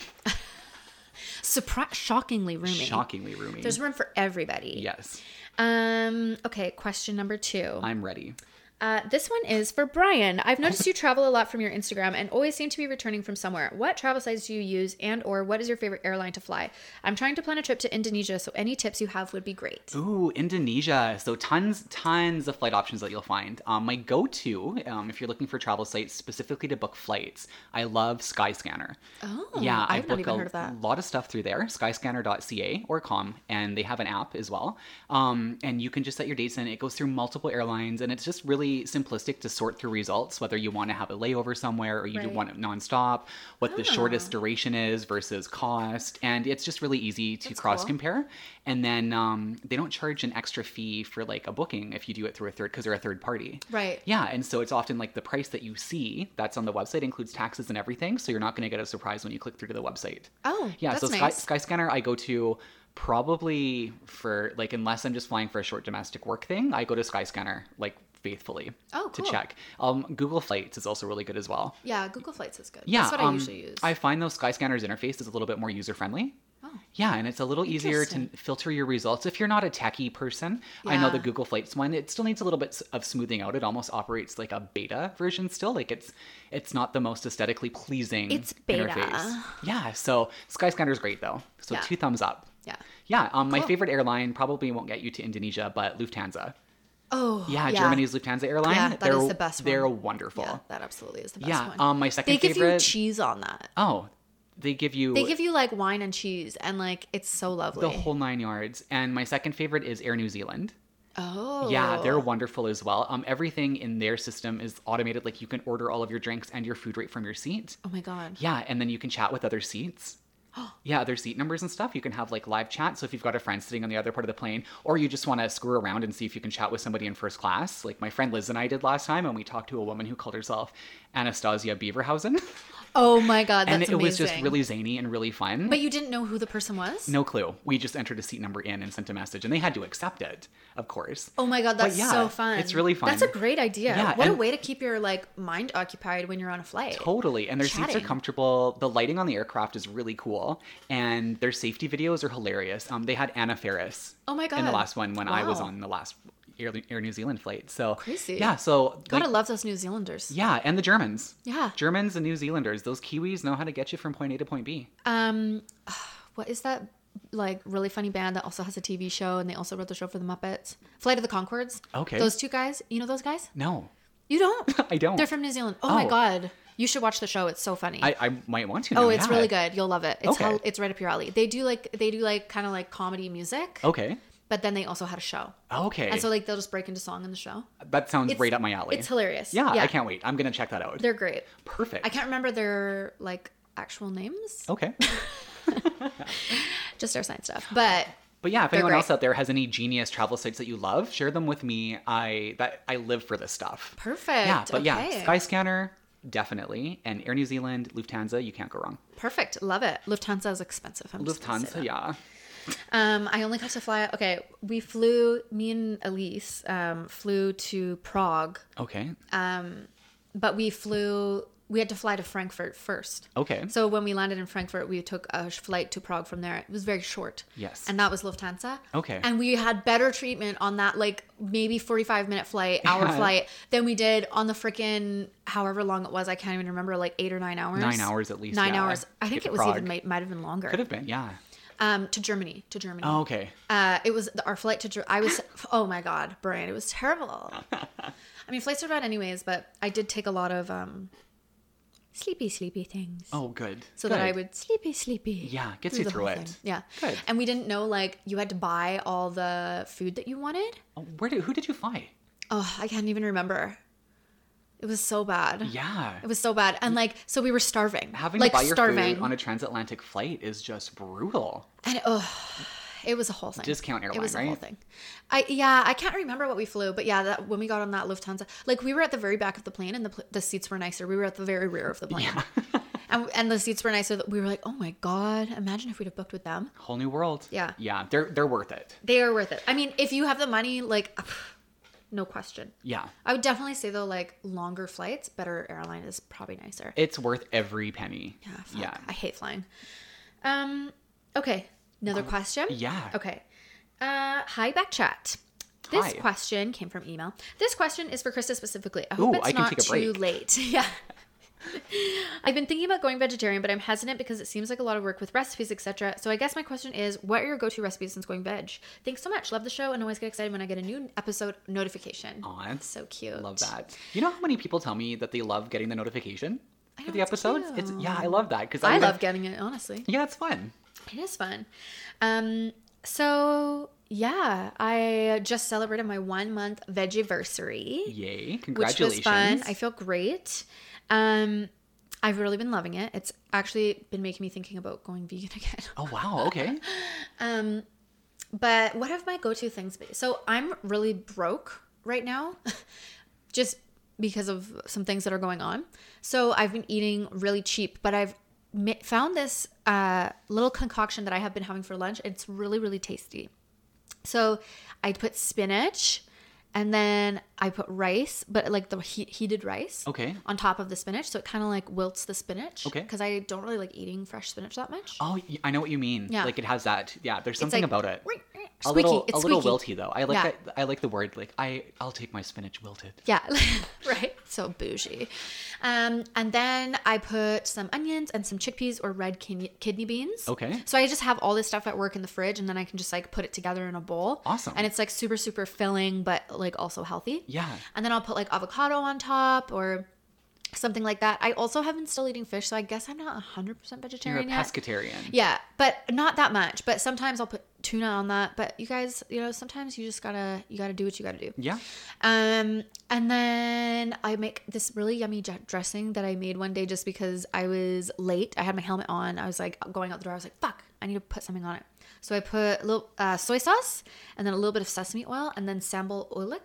Surpri- shockingly roomy.
Shockingly roomy.
There's room for everybody.
yes.
Um. Okay. Question number two.
I'm ready.
Uh, this one is for Brian. I've noticed you travel a lot from your Instagram and always seem to be returning from somewhere. What travel sites do you use, and or what is your favorite airline to fly? I'm trying to plan a trip to Indonesia, so any tips you have would be great.
Ooh, Indonesia. So tons, tons of flight options that you'll find. Um, my go-to, um, if you're looking for travel sites specifically to book flights, I love Skyscanner.
Oh,
yeah, I
I've not
book
even
a
heard of that.
lot of stuff through there, skyscanner.ca or com, and they have an app as well. Um, and you can just set your dates in. It goes through multiple airlines, and it's just really simplistic to sort through results, whether you want to have a layover somewhere or you do
Right. Ah.
want it nonstop, what the shortest duration is versus cost. And it's just really easy to
That's
cross
cool.
compare. And then um, they don't charge an extra fee for like a booking if you do it through a third, because they're a third party.
Right.
Yeah, and so it's often like the price that you see that's on the website includes taxes and everything, so you're not going to get a surprise when you click through to the website.
Oh,
yeah,
that's
so Sky,
nice.
Skyscanner I go to probably for like unless I'm just flying for a short domestic work thing, I go to Skyscanner like faithfully
Oh,
to
cool.
check. Um, Google Flights is also really good as well.
Yeah, Google Flights is good.
Yeah,
that's what
um,
I usually use.
I find though Skyscanner's interface is a little bit more user friendly.
Oh.
Yeah, and it's a little easier to
Interesting.
filter your results if you're not a techie person. I know the
Yeah.
Google Flights one; it still needs a little bit s- of smoothing out. It almost operates like a beta version still. Like it's, it's not the most aesthetically pleasing.
It's beta.
Interface. Yeah. So Skyscanner's great though. So
Yeah.
two thumbs up.
yeah.
Yeah. Um, my
Cool.
favorite airline probably won't get you to Indonesia, but Lufthansa.
Oh,
Yeah, Germany's Lufthansa airline.
Yeah, that
they're,
is the best one.
They're wonderful.
Yeah, that absolutely is the best
Yeah,
one.
um, my second
they give you
favorite-
cheese on that.
Oh, they give you.
They give you like wine and cheese, and like it's so lovely.
the whole nine yards. And my second favorite is Air New Zealand.
oh,
Yeah, they're wonderful as well. Um, everything in their system is automated. Like you can order all of your drinks and your food right from your seat.
Oh my god.
Yeah, and then you can chat with other seats. Yeah, other seat numbers and stuff. You can have like live chat. So if you've got a friend sitting on the other part of the plane, or you just want to screw around and see if you can chat with somebody in first class, like my friend Liz and I did last time, and we talked to a woman who called herself Anastasia Beaverhausen,
Oh my god, that's
and it
amazing.
was just really zany and really fun.
But you didn't know who the person was?
No clue. We just entered a seat number in and sent a message, and they had to accept it, of course.
Oh my god, that's
yeah,
so fun.
it's really fun.
That's a great idea.
Yeah,
what a
and-
way to keep your like mind occupied when you're on a flight.
Totally. And their seats
Chatting.
are comfortable. The lighting on the aircraft is really cool. And their safety videos are hilarious. Um, they had Anna Ferris.
Oh my
In the
God.
last one when I was
Wow.
on the last Air, Air New Zealand flight. So
Crazy.
Yeah. So
Gotta
like,
love those New Zealanders.
yeah, and the Germans.
Yeah.
Germans and New Zealanders. Those Kiwis know how to get you from point A to point B.
Um what is that like really funny band that also has a TV show and they also wrote the show for the Muppets? Flight of the Concords.
Okay.
Those two guys, you know those guys?
No,
You don't?
I don't.
They're from New Zealand. Oh, my
Oh.
god. You should watch the show. It's so funny.
I, I might want to.
Oh,
now,
it's
yeah.
really good. You'll love it. It's
Okay.
how, it's right up your alley. They do like they do like kind of like comedy music,
Okay.
but then they also had a show.
Okay.
And so like they'll just break into song in the show.
that sounds
It's-
right up my alley.
It's hilarious.
Yeah, I can't wait. I'm gonna check that out.
They're great.
Perfect.
I can't remember their like actual names.
Okay.
Just their science stuff. But
But yeah, if anyone
great.
else out there has any genius travel sites that you love, share them with me. I that I live for this stuff.
perfect.
Yeah, but
Okay.
yeah, Skyscanner definitely, and Air New Zealand, Lufthansa, you can't go wrong.
perfect. Love it. Lufthansa is expensive. I'm just gonna say
Lufthansa,
that.
yeah.
Um, I only got to fly. Okay, we flew. Me and Elise um, flew to Prague,
Okay.
Uh, but we flew. We had to fly to Frankfurt first.
okay.
So when we landed in Frankfurt, we took a sh- flight to Prague from there. It was very short.
Yes.
And that was Lufthansa.
Okay.
And we had better treatment on that like maybe 45 minute flight, hour
Yeah.
flight than we did on the freaking however long it was. I can't even remember like 8 or 9 hours.
Nine hours at least,
9
yeah,
hours. I
to
think
get
it
to
was even
Prague.
might, might have been longer.
Could have been, yeah.
Um to Germany, to Germany.
Oh, okay.
Uh, it was our flight to. Jer- I was. Oh my god, Brian, it was terrible. I mean, flights are bad anyways, but I did take a lot of um, sleepy, sleepy things
Oh, good.
so that I
Good.
would sleepy, sleepy.
Yeah, gets you
the
through
whole
it.
thing. Yeah.
Good.
And we didn't know like you had to buy all the food that you wanted.
Oh, Where did who did you fly?
Oh, I can't even remember. It was so bad.
Yeah.
It was so bad, and like so we were starving,
Having
like
to buy your
starving
food on a transatlantic flight is just brutal.
and oh, It was a whole thing.
Discount airline,
It was a whole
right?
thing. I yeah, I can't remember what we flew, but yeah, that when we got on that Lufthansa, like we were at the very back of the plane, and the pl- the seats were nicer. We were at the very rear of the plane, and and the seats were nicer. We were like, oh my god, imagine if we'd have booked with them.
Whole new world.
Yeah.
Yeah. They're they're worth it.
They are worth it. I mean, if you have the money, like, no question.
Yeah.
I would definitely say though, like longer flights, better airline is probably nicer.
It's worth every penny.
Yeah, fuck.
Yeah.
I hate flying. Um, okay, another
Um,
question.
yeah.
Okay. Uh, hi, back chat.
Hi.
This question came from email. This question is for Krista specifically. I hope
Ooh,
it's
I can
not
take a
too
break.
late. yeah. I've been thinking about going vegetarian, but I'm hesitant because it seems like a lot of work with recipes, etc. So I guess my question is, what are your go-to recipes since going veg? Thanks so much. Love the show and always get excited when I get a new episode notification.
Aw, that's
so cute.
Love that. You know how many people tell me that they love getting the notification
I
for
know,
the
it's
episodes? It's yeah, I love that because
I love getting it, honestly.
Yeah, it's fun.
It is fun. Um, so yeah, I just celebrated my one month vegiversary,
Yay!
which
Congratulations.
was fun. I feel great. Um, I've really been loving it. It's actually been making me thinking about going vegan again.
oh wow. Okay.
Um, but what have my go-to things been? So I'm really broke right now, just because of some things that are going on. So I've been eating really cheap, but I've mi- found this uh, little concoction that I have been having for lunch. It's really really tasty. So I put spinach, and then I put rice, but like the he- heated rice.
Okay.
On top of the spinach, so it kind of like wilts the spinach.
Okay.
Because I don't really like eating fresh spinach that much.
Oh, y- I know what you mean.
Yeah.
Like it has that. Yeah. There's something
like,
about it.
Squeaky.
A little,
it's
a little
squeaky.
wilty though. I like
Yeah.
that. I like the word. Like I, I'll take my spinach wilted.
Yeah, right. So bougie. Um, and then I put some onions and some chickpeas or red kin- kidney beans.
Okay.
So I just have all this stuff at work in the fridge, and then I can just like put it together in a bowl.
Awesome.
And it's like super, super filling, but like also healthy.
Yeah.
And then I'll put like avocado on top or something like that. I also have been still eating fish, so I guess I'm not 100%
You're a
vegetarian yet.
pescatarian.
Yeah, but not that much. But sometimes I'll put tuna on that. But you guys, you know, sometimes you just gotta you gotta do what you gotta do.
Yeah.
Um, and then I make this really yummy j- dressing that I made one day just because I was late. I had my helmet on. I was like going out the door. I was like, fuck, I need to put something on it. So I put a little uh, soy sauce and then a little bit of sesame oil and then sambal oelek,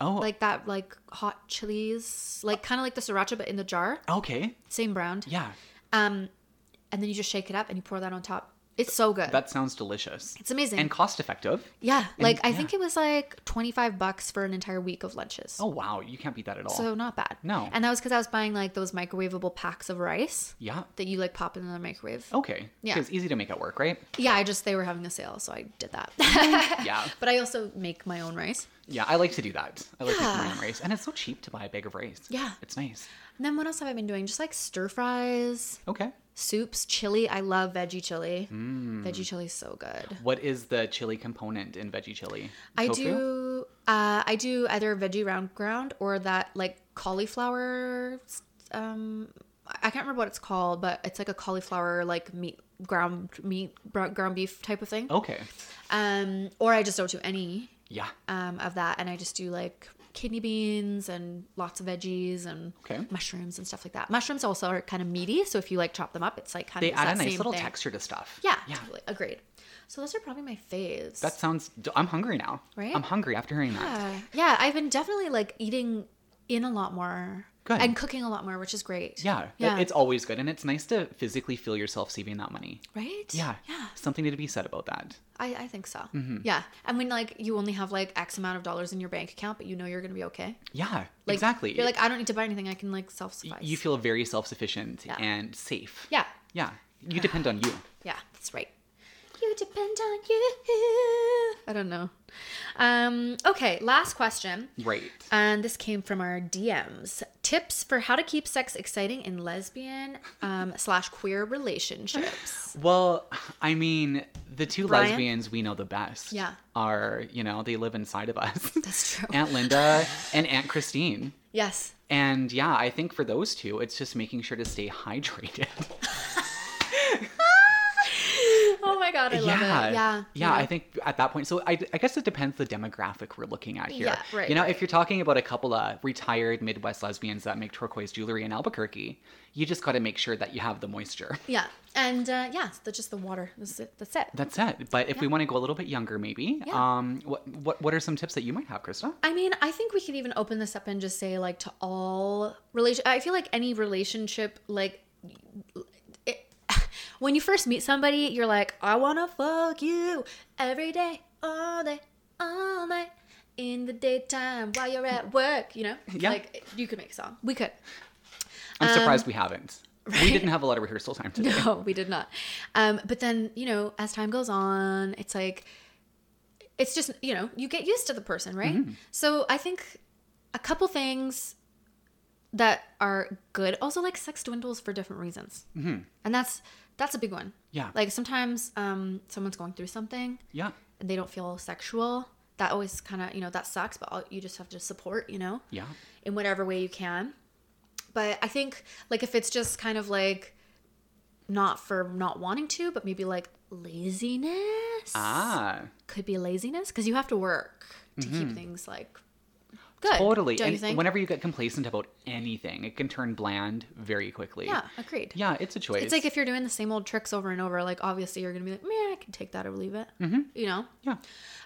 Oh.
like that, like hot chilies, like kind of like the sriracha but in the jar,
okay.
same brand.
Yeah.
Um, and then you just shake it up and you pour that on top. It's so good.
That sounds delicious.
it's amazing.
And cost effective.
yeah, like I
yeah.
think it was like twenty five bucks for an entire week of lunches.
Oh wow, you can't beat that at all.
So not bad.
No.
And that was because I was buying like those microwavable packs of rice
yeah.
that you like pop into the microwave.
Okay.
Yeah.
So It's easy to make it work, right?
Yeah, I just they were having a sale, so I did that.
Yeah.
but I also make my own rice.
Yeah, I like to do that. I like making my
Yeah.
own rice, and it's so cheap to buy a bag of rice.
Yeah.
it's nice.
And then what else have I been doing? Just like stir fries,
Okay,
soups, chili. I love veggie chili.
Mm.
Veggie chili is so good.
what is the chili component in veggie chili?
I
Tofu?
do uh I do either veggie round ground or that like cauliflower um I can't remember what it's called, but it's like a cauliflower like meat ground meat ground beef type of thing.
Okay,
um, or I just don't do any
yeah,
um, of that, and I just do like kidney beans and lots of veggies and
Okay.
mushrooms and stuff like that. Mushrooms also are kind of meaty, so if you like chop them up, it's like kind
they
of
add a
that
nice
same
little
thing.
texture to stuff.
Yeah,
yeah,
totally. agreed. So those are probably my faves.
that sounds. I'm hungry now.
Right?
I'm hungry after hearing that.
yeah. yeah. I've been definitely like eating in a lot more
Good.
and cooking a lot more, which is great.
Yeah, it-
yeah,
it's always good, and it's nice to physically feel yourself saving that money.
right.
Yeah, Mm-hmm.
yeah.
something to be said about that.
I, I think so. Yeah, and when like you only have like X amount of dollars in your bank account, but you know you're gonna be okay.
Yeah,
Like,
exactly.
You're like, I don't need to buy anything. I can like self suffice.
you feel very self-sufficient
Yeah.
and safe.
yeah,
yeah, you depend on you.
yeah, that's right. You depend on you. I don't know. Um, okay, last question.
Right.
And this came from our DMs. Tips for how to keep sex exciting in lesbian um, slash queer relationships.
Well, I mean, the two
Brian?
lesbians we know the best
Yeah.
are, you know, they live inside of us.
That's true.
Aunt Linda and Aunt Christine.
yes.
And yeah, I think for those two, it's just making sure to stay hydrated.
Oh my god, I love
yeah.
it. Yeah.
yeah, I think at that point, so I, I guess it depends the demographic we're looking at here.
Yeah, right,
You know,
right.
if you're talking about a couple of retired Midwest lesbians that make turquoise jewelry in Albuquerque, you just got to make sure that you have the moisture.
Yeah. And uh, yeah, it's the, just the water. That's it. That's it.
That's it. But if we want to go a little bit younger, maybe,
Yeah.
um, what what what are some tips that you might have, Krista?
I mean, I think we could even open this up and just say like to all relation. I feel like any relationship, like it, when you first meet somebody, you're like, I wanna fuck you every day, all day, all night, in the daytime while you're at work. You know,
Yeah.
like you could make a song. We could.
I'm
Um,
surprised we haven't. We didn't have a lot of rehearsal time today.
No, we did not. Um, but then, you know, as time goes on, it's like, it's just, you know, you get used to the person, right? So I think a couple things that are good also like sex dwindles for different reasons and that's that's a big one
Yeah.
like sometimes um someone's going through something
Yeah.
and they don't feel sexual that always kind of you know that sucks but all, you just have to support you know
Yeah.
in whatever way you can. But I think like if it's just kind of like not for not wanting to, but maybe like laziness
Ah. Mm-hmm.
could be laziness because you have to work to keep things like good.
Totally.
don't
and
you think?
whenever you get complacent about anything, it can turn bland very quickly.
yeah, agreed.
Yeah, it's a choice.
It's like if you're doing the same old tricks over and over, like obviously you're gonna be like, man, I can take that or leave it. Mm-hmm. You know,
yeah.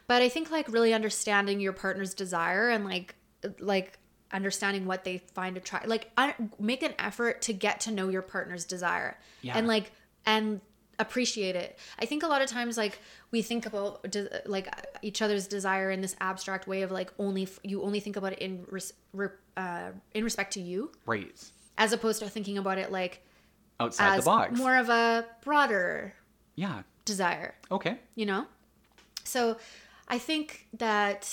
but i think like really understanding your partner's desire and like like understanding what they find attractive like I, make an effort to get to know your partner's desire
Yeah.
and like and appreciate it i think a lot of times like we think about de- like each other's desire in this abstract way of like only f- you only think about it in res- re- uh, in respect to you
Right.
as opposed to thinking about it like
Outside
as
the box.
more of a broader
yeah.
desire
Okay.
you know so i think that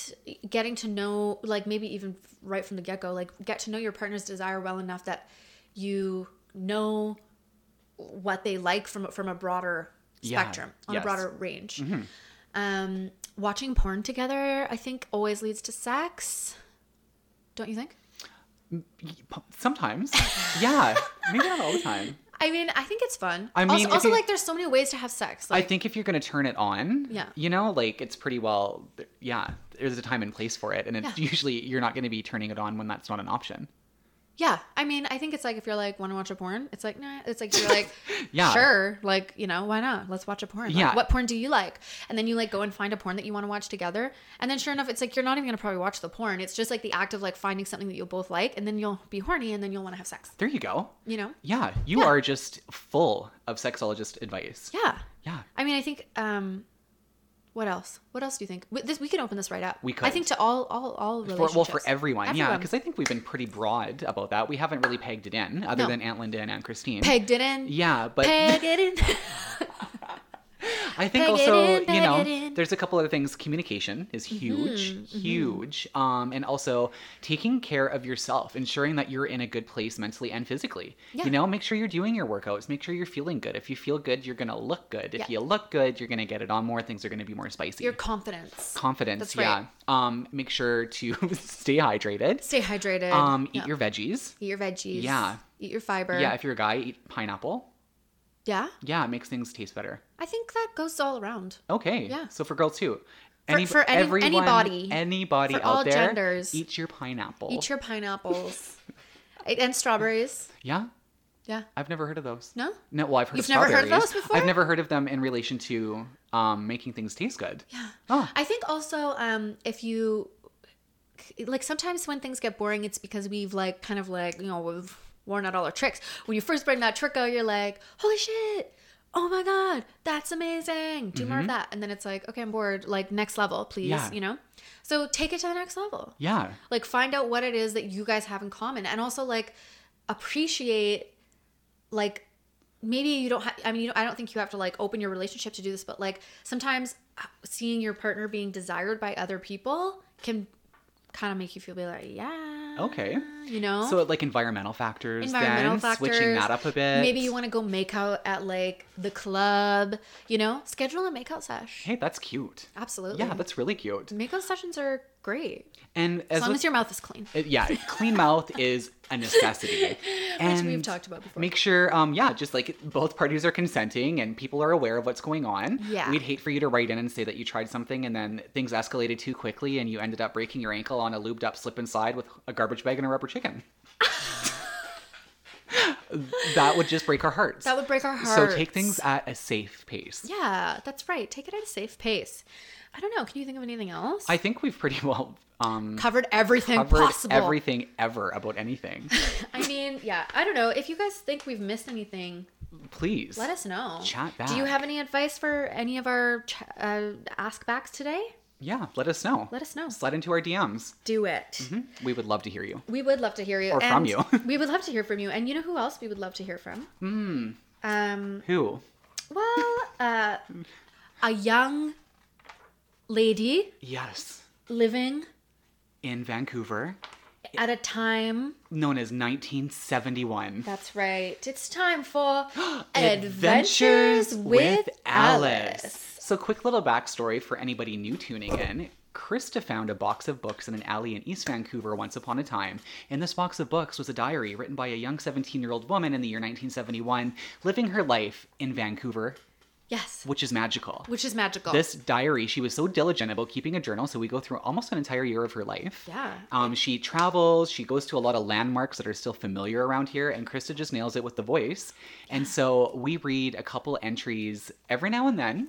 getting to know like maybe even right from the get-go like get to know your partner's desire well enough that you know what they like from from a broader
Yeah,
spectrum on
yes. Mm-hmm.
a broader range um watching porn together i think always leads to sex don't you think
Sometimes. yeah. Maybe not all the time.
i mean i think it's fun
I mean,
also,
if
also,
you-
like there's so many ways to have sex
I
like
think if you're going to turn it on,
Yeah.
you know, like it's pretty well, yeah, there's a time and place for it. And it's
Yeah.
usually you're not going to be turning it on when that's not an option.
Yeah, I mean, I think it's like if you're like want to watch a porn, it's like nah. It's like you're like,
Yeah.
sure, like you know, why not? Let's watch a porn. Like,
Yeah.
what porn do you like? And then you like go and find a porn that you want to watch together, and then sure enough, it's like you're not even gonna probably watch the porn. It's just like the act of like finding something that you'll both like, and then you'll be horny, and then you'll want to have sex.
There you go.
You know?
Yeah. You
Yeah.
are just full of sexologist advice.
Yeah.
Yeah.
I mean, I think. um What else? What else do you think? We, this we can open this right up.
We
I think to all all all
For,
relationships.
well, for everyone, yeah,
Everyone.
because I think we've been pretty broad about that. We haven't really pegged it in, other
No.
than Aunt Linda and Aunt Christine.
pegged it in.
yeah, but
Peg it in.
I think
Peg it
also,
in,
you
peg it
know,
in. Mm-hmm,
there's a couple other things. Communication is huge, huge. Um, and also taking care of yourself, ensuring that you're in a good place mentally and physically.
Yeah.
You know, make sure you're doing your workouts, make sure you're feeling good. If you feel good, you're going to look good. If
Yeah.
you look good, you're going to get it on more. Things are going to be more spicy.
Your confidence.
Confidence,
That's
yeah.
right.
Um, make sure to stay hydrated.
Stay hydrated.
Um, eat
Yeah.
your veggies.
Eat your veggies.
Yeah.
Eat your fiber.
Yeah, if you're a guy, eat pineapple.
Yeah.
Yeah, it makes things taste better.
I think that goes all around.
Okay.
Yeah.
So for girls too.
For- for any- anybody.
anybody
For
out
all
there,
genders.
eat your pineapple.
Eat your pineapples And- and strawberries.
yeah,
Yeah.
I've never heard of those.
No?
No, well, I've heard
You've
of
never heard
strawberries.
of those before?
I've never heard of them in relation to um, making things taste good. Yeah. Oh,
I think also um, if you like sometimes when things get boring, it's because we've like kind of like you know we've worn out all our tricks. When you first bring that trick out, you're like, holy shit. Oh my god, that's amazing. Do more of that. And then it's like, okay, I'm bored. Like next level, please,
Mm-hmm. Yeah.
you know? So take it to the next level.
yeah.
like find out what it is that you guys have in common and also like appreciate like maybe you don't have i mean you don't, i don't think you have to like open your relationship to do this but like sometimes uh, seeing your partner being desired by other people can kind of make you feel be like yeah
Okay.
you know?
Oh. So like environmental factors,
Uh-huh. environmental
then
factors.
switching that up a bit.
Maybe you want to go make out at like the club, you know? Schedule a makeout sesh.
Hey, that's cute.
Absolutely.
Yeah, that's really cute.
makeout sessions are great.
And as,
As long
with-
as your mouth is clean.
Uh, yeah, clean mouth is a necessity. And
we've talked about before.
Make sure, um, yeah, just like both parties are consenting and people are aware of what's going on.
Yeah.
We'd hate for you to write in and say that you tried something and then things escalated too quickly and you ended up breaking your ankle on a lubed up slip and slide with a garbage bag and a rubber chicken. that would just break our hearts.
That would break our
so
hearts.
take things at a safe pace.
Yeah, that's right. Take it at a safe pace. I don't know. Can you think of anything else?
I think we've pretty well um,
covered everything
covered
possible.
everything ever about anything.
I mean, yeah. I don't know. If you guys think we've missed anything,
Please
let us know.
Chat
Do you
back.
have any advice for any of our ch- uh, ask backs today?
Yeah, let us know.
Let us know.
Slide into our DMs.
Do it.
We would love to hear you.
We would love to hear you.
Mm-hmm. Or from you.
and we would love to hear from you. And you know who else we would love to hear from? Hmm. Um.
Who?
Well, uh, a young lady
Yes.
living
In Vancouver,
at a time
known as 1971.
That's right. It's time for
Adventures with Alice. So, quick little backstory for anybody new tuning in. Krista found a box of books in an alley in East Vancouver once upon a time. In this box of books was a diary written by a young 17 year old woman in the year 1971, living her life in Vancouver,
Yes,
which is magical.
which is magical.
this diary she was so diligent about keeping a journal so we go through almost an entire year of her life
Yeah.
um, she travels she goes to a lot of landmarks that are still familiar around here and krista just nails it with the voice and so we read a couple entries every now and then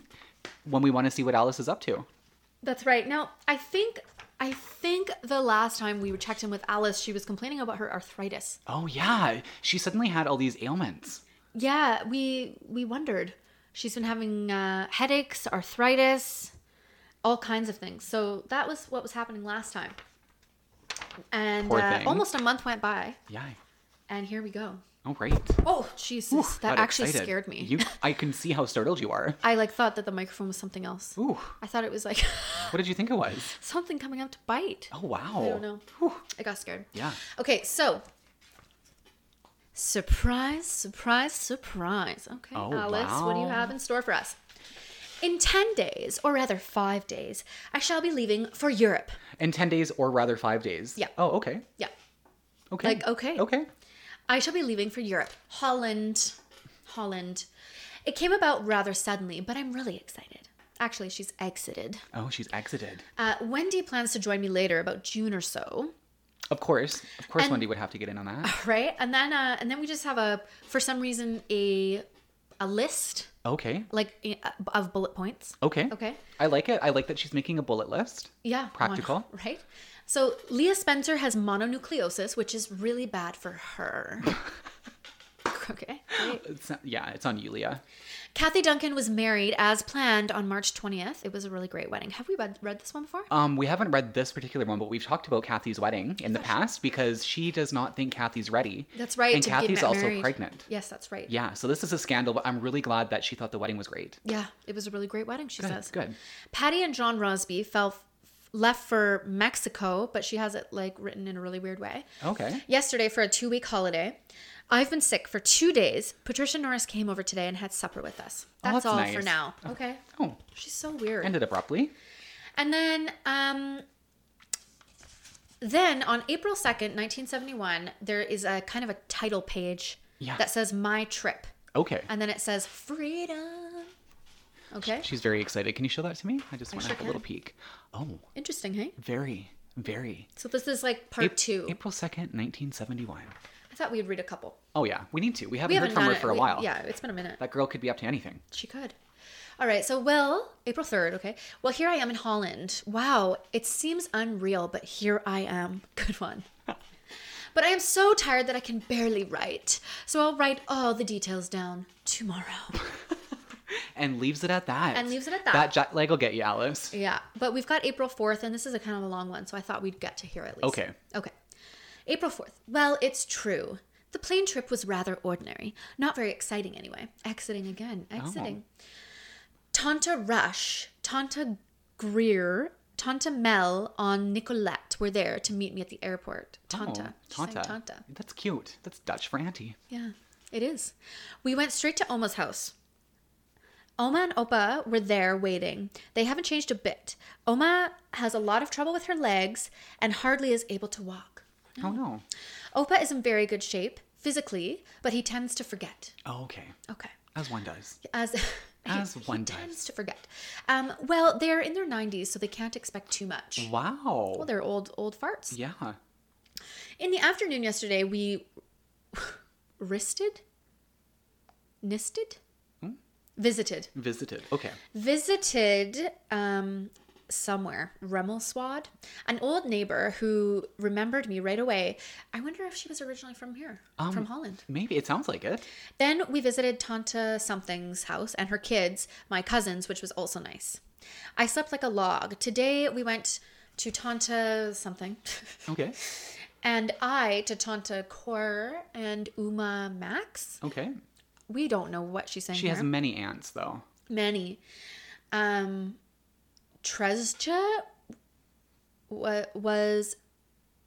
when we want to see what alice is up to
That's right. Now, I think I think the last time we checked in with Alice, she was complaining about her arthritis.
oh yeah she suddenly had all these ailments
Yeah, we we wondered. She's been having uh, headaches, arthritis, all kinds of things. So that was what was happening last time. And
Poor
uh,
thing.
almost a month went by,
yeah
and here we go.
oh great
Oh Jesus, that
Got
actually
excited.
scared me.
you, i can see how startled you are
I like thought that the microphone was something else.
ooh
I thought it was like
what did you think it was
something coming up to bite.
oh wow
I don't know.
Whew.
I got scared.
yeah
Okay, so surprise, surprise, surprise. Okay,
Oh,
Alice, what do you
wow.
have in store for us? In 10 days, or rather 5 days, I shall be leaving for Europe.
in 10 days or rather five days
Yeah.
oh okay
Yeah.
Okay.
Like, okay.
Okay.
I shall be leaving for Europe, Holland, Holland. It came about rather suddenly, but I'm really excited. Actually, she's exited.
Oh, she's exited.
Uh, Wendy plans to join me later, about June or so.
Of course. Of course
And-
Wendy would have to get in on that.
right and then uh and then we just have a for some reason a a list
Okay.
like eh, of bullet points
Okay.
okay
I like it. I like that she's making a bullet list.
yeah why not,
Practical.
right so leah spencer has mononucleosis which is really bad for her okay great.
It's not, yeah, it's on Yulia.
kathy duncan was married as planned on march 20th it was a really great wedding have we read, read this one before
Um, we haven't read this particular one, but we've talked about Kathy's wedding in the past because she does not think Kathy's ready.
that's right
And
to get
Kathy's also
married.
pregnant.
yes that's right yeah.
Yeah, so this is a scandal, but I'm really glad that she thought the wedding was great.
it was a really great wedding she
That's
says
good.
Patty and John Rosby fell left for Mexico, but she has it like written in a really weird way.
Okay.
Yesterday for a two week holiday. I've been sick for two days. Patricia Norris came over today and had supper with
Oh,
us. That's,
that's
all for
nice.
now. Okay.
Oh,
She's so weird.
ended abruptly.
And then, um, then on April 2nd, 1971, there is a kind of a title page
Yeah.
that says My Trip.
Okay.
And then it says Freedom. Okay.
She's very excited. Can you show that to me? I just
I
want to
sure
have a little
can.
peek. Oh,
Interesting, hey?
very, very.
So this is like part
Ap-
two.
April 2nd, 1971.
I thought we'd read a couple.
Oh yeah, we need to. We haven't
We
heard
haven't
from her
done it.
for a
We-
while.
Yeah, it's been a minute.
That girl could be up to anything.
She could. All right, so well, April 3rd, okay. Well, here I am in Holland. Wow, it seems unreal, but here I am. Good one. but I am so tired that I can barely write. So I'll write all the details down tomorrow.
And leaves it at that.
And leaves it at that.
That jet lag will get you, Alice.
Yeah, but we've got April 4th, and this is a kind of a long one, so I thought we'd get to here at least.
Okay.
Okay. April 4th. Well, it's true. The plane trip was rather ordinary. Not very exciting, anyway. Exiting again.
Oh.
Exiting. Tanta Rush, Tanta Greer, Tanta Mel on Nicolette. Tat were there to meet me at the airport. Tonta. She sang
Oh, Tanta.
Tonta.
That's cute. That's Dutch for auntie.
Yeah, it is. We went straight to Oma's house. Oma and Opa were there waiting. They haven't changed a bit. Oma has a lot of trouble with her legs and hardly is able to walk.
Oh, no.
Opa is in very good shape physically, but he tends to forget.
Oh, okay.
Okay.
As one does.
As
As one
he
does.
tends to forget. Um, well, they're in their 90s, so they can't expect too much.
Wow.
Well, they're old old farts.
yeah.
In the afternoon yesterday, we wristed, nisted, visited,
Visited. Okay.
visited um, somewhere, Remelswad, an old neighbor who remembered me right away. I wonder if she was originally from here, from Holland.
Maybe. It sounds like it.
Then we visited Tanta something's house and her kids, my cousins, which was also nice. I slept like a log. Today we went to Tanta something.
Okay.
and I to Tanta Kaur and Uma Max.
Okay.
We don't know what she's saying
She
here.
has many aunts, though.
Many. Um, Trezja wa- was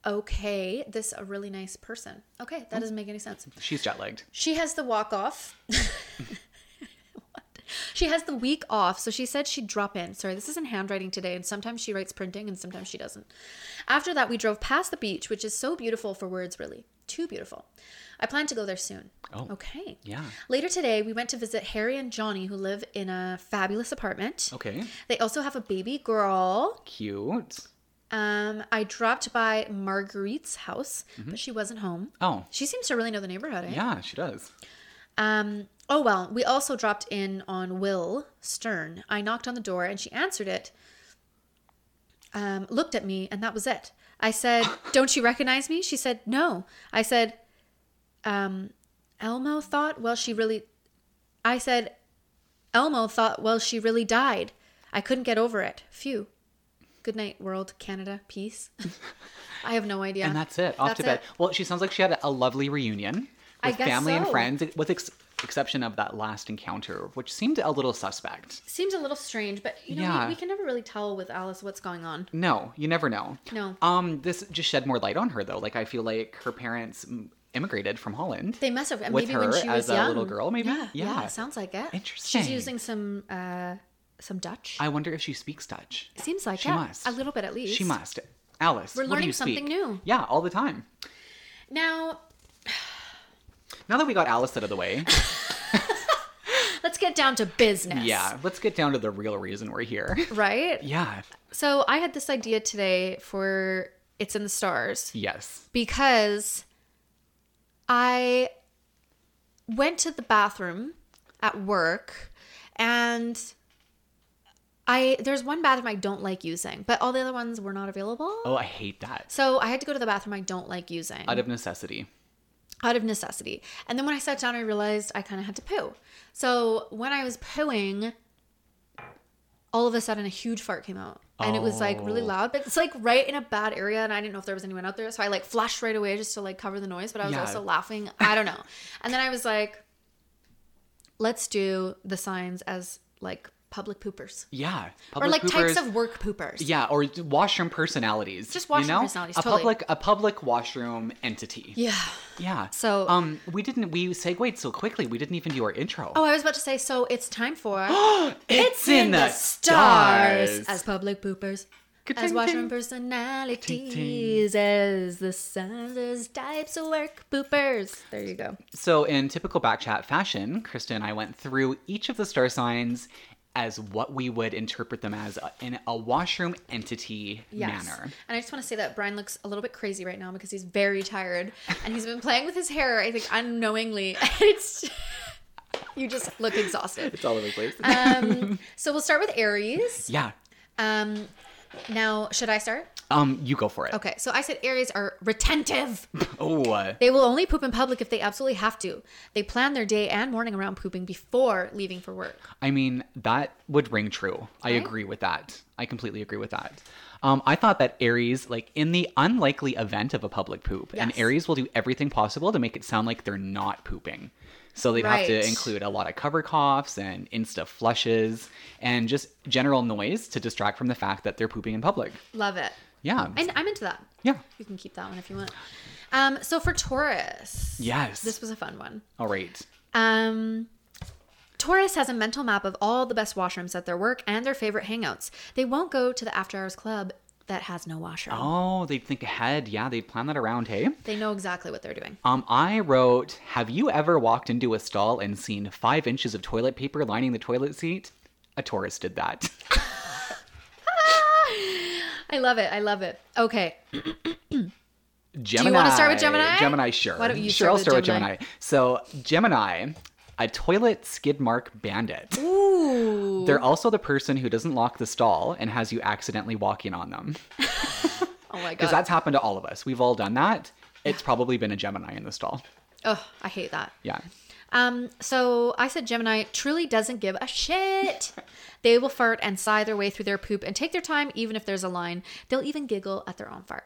okay. This a really nice person. Okay,
Oh.
that doesn't make any sense.
She's jet lagged.
She has the walk off. What? She has the week off, so she said she'd drop in. Sorry, this is in handwriting today, and sometimes she writes printing and sometimes she doesn't. After that, we drove past the beach, which is so beautiful for words, really. Too beautiful. I plan to go there soon.
Oh.
Okay.
Yeah.
Later today, we went to visit Harry and Johnny, who live in a fabulous apartment.
Okay.
They also have a baby girl.
Cute.
Um, I dropped by Marguerite's house, but she wasn't home.
Oh.
She seems to really know the neighborhood, eh?
Mm-hmm. Yeah, she does.
Um, oh well, we also dropped in on Will Stern. I knocked on the door and she answered it, um, looked at me, and that was it. I said, Don't you recognize me? She said, No. I said, um, Elmo thought, well, she really. I said, Elmo thought, well, she really died. I couldn't get over it. Phew. Good night, world, Canada, peace. I have no idea.
And that's it. Off to bed.
That's it.
Well, she sounds like she had a lovely reunion with
I guess
family and
so.
friends, with ex- exception of that last encounter, which seemed a little suspect.
Seems a little strange, but you know,
Yeah.
we, we can never really tell with Alice what's going on.
No, you never know.
No.
Um, this just shed more light on her though. Like I feel like her parents mm, immigrated from Holland.
They must have. and
with
maybe when
her
she was
as a
young.
little girl, maybe?
Yeah, yeah.
Yeah.
sounds like it.
Interesting.
She's using some uh, some Dutch.
I wonder if she speaks Dutch.
Seems like
she
it.
must.
A little bit at least.
She must. Alice,
We're
what do
learning
you speak?
something new.
Yeah, all the time.
Now
Now that we got Alice out of the way,
let's get down to business.
yeah, let's get down to the real reason we're here.
Right.
Yeah.
So I had this idea today for it's in the stars
Yes.
because I went to the bathroom at work and. I there's one bathroom I don't like using, but all the other ones were not available.
Oh, I hate that.
So I had to go to the bathroom I don't like using
Out of necessity.
out of necessity. And then when I sat down, I realized I kind of had to poo. So when I was pooing, all of a sudden a huge fart came out. And it was like really
Oh.
loud, but it's like right in a bad area, and I didn't know if there was anyone out there, so I like flashed right away just to like cover the noise. But I was
Yeah.
also laughing. I don't know. And then I was like, "Let's do the signs as like public poopers
Yeah.
or
Public
like
poopers-
types of work poopers."
Yeah, or d- washroom personalities.
Just washroom personalities,
A
totally.
public a public washroom entity.
yeah.
Yeah.
So-
um, we didn't we segued so quickly. We didn't even do our intro.
Oh, I was about to say. So it's time for.
it's, in, the stars.
as public poopers. As
Ka-ting,
washroom
ting.
personalities, as the sons, as types of work poopers. There you go.
So, in typical backchat fashion, Krista and I went through each of the star signs as what we would interpret them as uh, in a washroom entity
Yes.
manner.
And I just want to say that Brian looks a little bit crazy right now because he's very tired and he's been playing with his hair, I think, unknowingly. And it's. you just look exhausted.
It's all over the place.
Um, so we'll start with Aries.
yeah.
Um, now, should I start?
Um, you go for it.
Okay, so I said Aries are retentive.
Oh, uh,
They will only poop in public if they absolutely have to. They plan their day and morning around pooping before leaving for work.
I mean, that would ring true. I
Right?
agree with that. I completely agree with that. Um, I thought that Aries, like in the unlikely event of a public poop, and
Yes.
Aries will do everything possible to make it sound like they're not pooping. So they'd have
Right.
to include a lot of cover coughs and insta flushes and just general noise to distract from the fact that they're pooping in public.
Love it.
Yeah.
And I'm into that.
yeah.
You can keep that one if you want. Um, so for Taurus,
Yes.
this was a fun one.
All right.
Um, Taurus has a mental map of all the best washrooms at their work and their favorite hangouts. They won't go to the after hours club that has no washroom.
Oh, they'd think ahead. Yeah, they'd plan that around, hey?
They know exactly what they're doing.
Um, I wrote, Have you ever walked into a stall and seen five inches of toilet paper lining the toilet seat? A tourist did that.
I love it. I love it. Okay.
Gemini.
wanna start with Gemini?
Gemini, sure.
Why don't you
sure,
start
I'll
with
start with
Gemini?
Gemini. So, Gemini, a toilet skid mark bandit.
Ooh.
They're also the person who doesn't lock the stall and has you accidentally walk in on them.
oh my
Because
god.
that's happened to all of us. We've all done that. It's probably been a Gemini in the stall.
Oh, I hate that.
Yeah.
Um, so I said Gemini truly doesn't give a shit. they will fart and sigh their way through their poop and take their time even if there's a line. They'll even giggle at their own fart.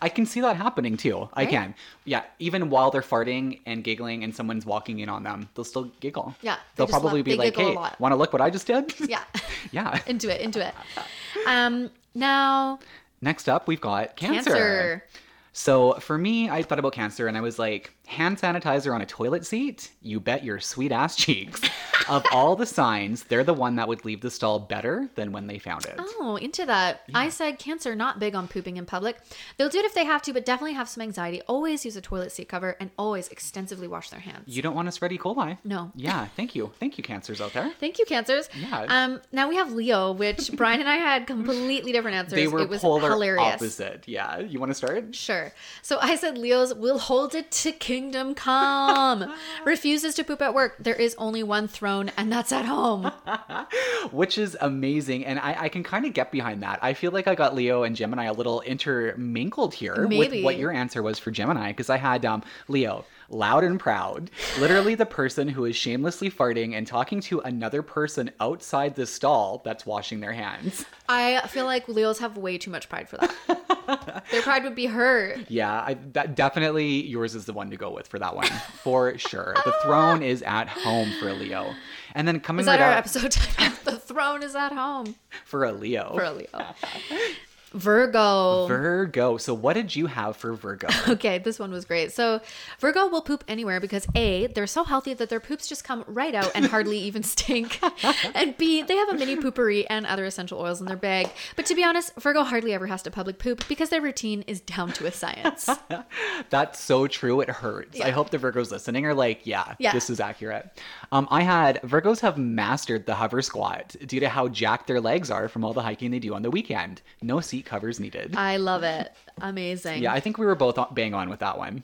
I can see that happening too. I can. Yeah. Even while they're farting and giggling and someone's walking in on them, they'll still giggle.
Yeah, they
They'll
just love-
probably be
they
like,
giggle a
hey,
lot."
want to look what I just did?
yeah.
yeah.
Into it, into it. Um now
Next up, we've got cancer.
cancer.
So for me, I thought about cancer and I was like, hand sanitizer on a toilet seat? You bet your sweet ass cheeks. of all the signs, they're the one that would leave the stall better than when they found it.
Oh, into that. I said cancer not big on pooping in public. They'll do it if they have to, but definitely have some anxiety. Always use a toilet seat cover and always extensively wash their hands.
You don't want to spread E. coli.
No.
Yeah. Thank you. Thank you, cancers out there.
Thank you, cancers.
Yeah.
Um. Now we have Leo, which Brian and I had completely different answers.
They were
it was
polar
hilarious.
opposite. Yeah. You want to start?
Sure. So I said Leo's will hold it to kingdom come. Refuses to poop at work. There is only one throne, and that's at home.
which is amazing and i, I can kind of get behind that i feel like i got leo and gemini a little intermingled here
Maybe.
with what your answer was for gemini because i had um, leo loud and proud literally the person who is shamelessly farting and talking to another person outside the stall that's washing their hands
I feel like Leos have way too much pride for that. Their pride would be hurt.
yeah I, that, definitely yours is the one to go with for that one for sure the throne is at home for leo and then coming
Is that
right
our
up
episode title? the throne is at home
for a leo
for Leo. Virgo.
virgo so what did you have for virgo
Okay, this one was great. So, Virgo will poop anywhere because A, they're so healthy that their poops just come right out and hardly even stink. And B, they have a mini poopery and other essential oils in their bag. But to be honest, Virgo hardly ever has to public poop because their routine is down to a science.
That's so true. It hurts. I
Yeah.
hope the Virgos listening are like, yeah,
Yeah.
this is accurate. Um, I had Virgos have mastered the hover squat due to how jacked their legs are from all the hiking they do on the weekend. No seat covers needed.
I love it. Amazing.
yeah, I think we were both on- bang on with that one.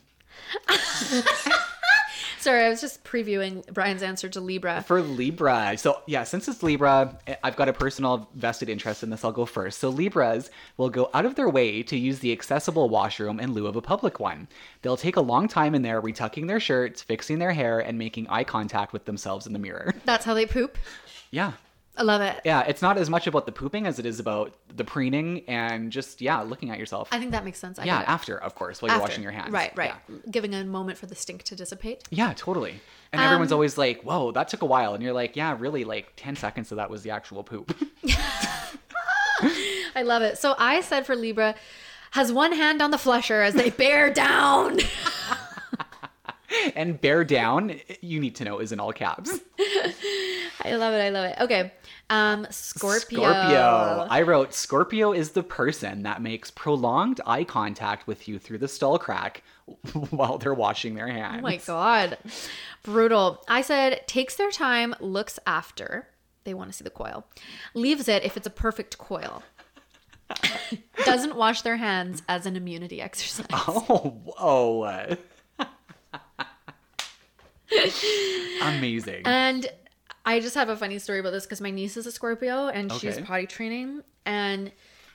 Sorry, I was just previewing Brian's answer to Libra.
For Libra, so yeah, since it's Libra, I- I've got a personal vested interest in this. I'll go first. So Libras will go out of their way to use the accessible washroom in lieu of a public one. They'll take a long time in there, retucking their shirts, fixing their hair, and making eye contact with themselves in the mirror.
That's how they poop.
Yeah.
I love it.
Yeah, it's not as much about the pooping as it is about the preening and just yeah, looking at yourself.
I think that makes sense. I
yeah,
get it.
after, of course, while you're
After.
washing your hands.
Right, right.
Yeah.
Giving a moment for the stink to dissipate.
Yeah, totally. And
Um,
everyone's always like, "Whoa, that took a while," and you're like, "Yeah, really, like ten seconds of that was the actual poop."
I love it. So I said for Libra, has one hand on the flusher as they bear down.
and bear down, you need to know is in all caps.
I love it. I love it. Okay. Um, Scorpio.
Scorpio. I wrote Scorpio is the person that makes prolonged eye contact with you through the stall crack while they're washing their hands.
oh my God. Brutal. I said, takes their time, looks after. They want to see the coil. Leaves it if it's a perfect coil. Doesn't wash their hands as an immunity exercise.
Oh, whoa. Amazing.
And I just have a funny story about this because my niece is a Scorpio and she's
Okay.
potty training and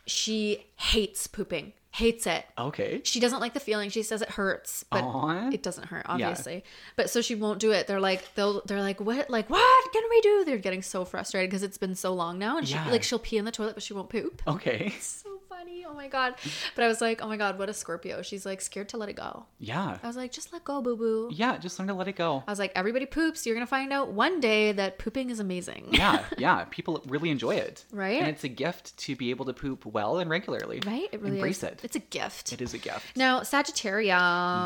she hates pooping, hates it.
okay.
She doesn't like the feeling. She says it hurts, but
Aw.
it doesn't hurt, obviously. But so she won't do it. They're like, they'll, they're like, what, like, what can we do? They're getting so frustrated because it's been so long now, and
Yeah.
she, like, she'll pee in the toilet, but she won't poop.
Okay.
So funny. funny. Oh my god. But I was like, oh my god, what a Scorpio. She's like scared to let it go.
Yeah.
I was like, just let go, boo boo.
Yeah, just learn to let it go.
I was like, everybody poops. You're gonna find out one day that pooping is amazing.
yeah, yeah. People really enjoy it.
Right?
And it's a gift to be able to poop well and regularly.
Right? It really
Embrace
is.
it.
It's a gift.
It is a gift.
Now, Sagittarius.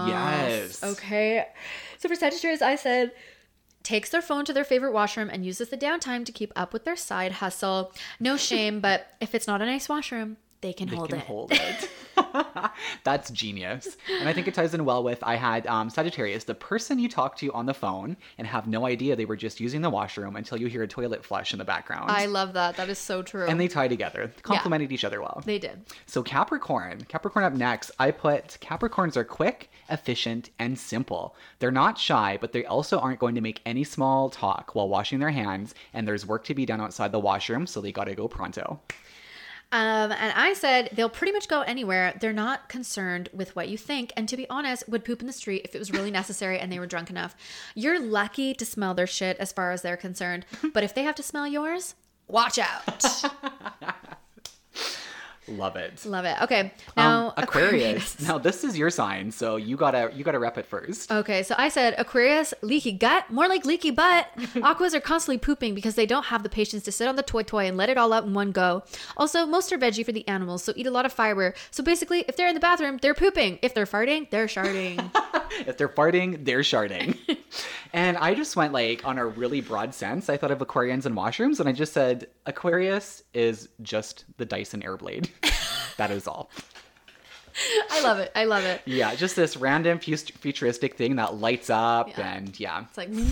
Yes.
Okay. So for Sagittarius, I said takes their phone to their favorite washroom and uses the downtime to keep up with their side hustle. No shame, but if it's not a nice washroom, they can
They
hold
can
it.
hold it. That's genius. And I think it ties in well with I had um, Sagittarius, the person you talk to on the phone and have no idea they were just using the washroom until you hear a toilet flush in the background.
I love that. That is so true.
and they tie together, complemented each other well.
they did.
So Capricorn, Capricorn up next. I put Capricorns are quick, efficient, and simple. They're not shy, but they also aren't going to make any small talk while washing their hands, and there's work to be done outside the washroom, so they got to go pronto.
Um, and I said they'll pretty much go anywhere. They're not concerned with what you think, and to be honest, would poop in the street if it was really necessary and they were drunk enough. You're lucky to smell their shit as far as they're concerned, but if they have to smell yours, watch out.
Love it.
Love it. Okay, now
Um, Aquarius. Now this is your sign, so you got to you got to rep it first.
Okay, so I said Aquarius, leaky gut, more like leaky butt. Aquas are constantly pooping because they don't have the patience to sit on the toy toy and let it all out in one go. Also, most are veggie for the animals, so eat a lot of fiber. So basically, if they're in the bathroom, they're pooping. If they're farting, they're sharding.
If they're farting, they're sharding. and I just went like on a really broad sense. I thought of Aquarians and washrooms, and I just said Aquarius is just the Dyson Airblade. that is all.
I love it. I love it.
Yeah, just this random fu- futuristic thing that lights up, and yeah,
It's like, wee!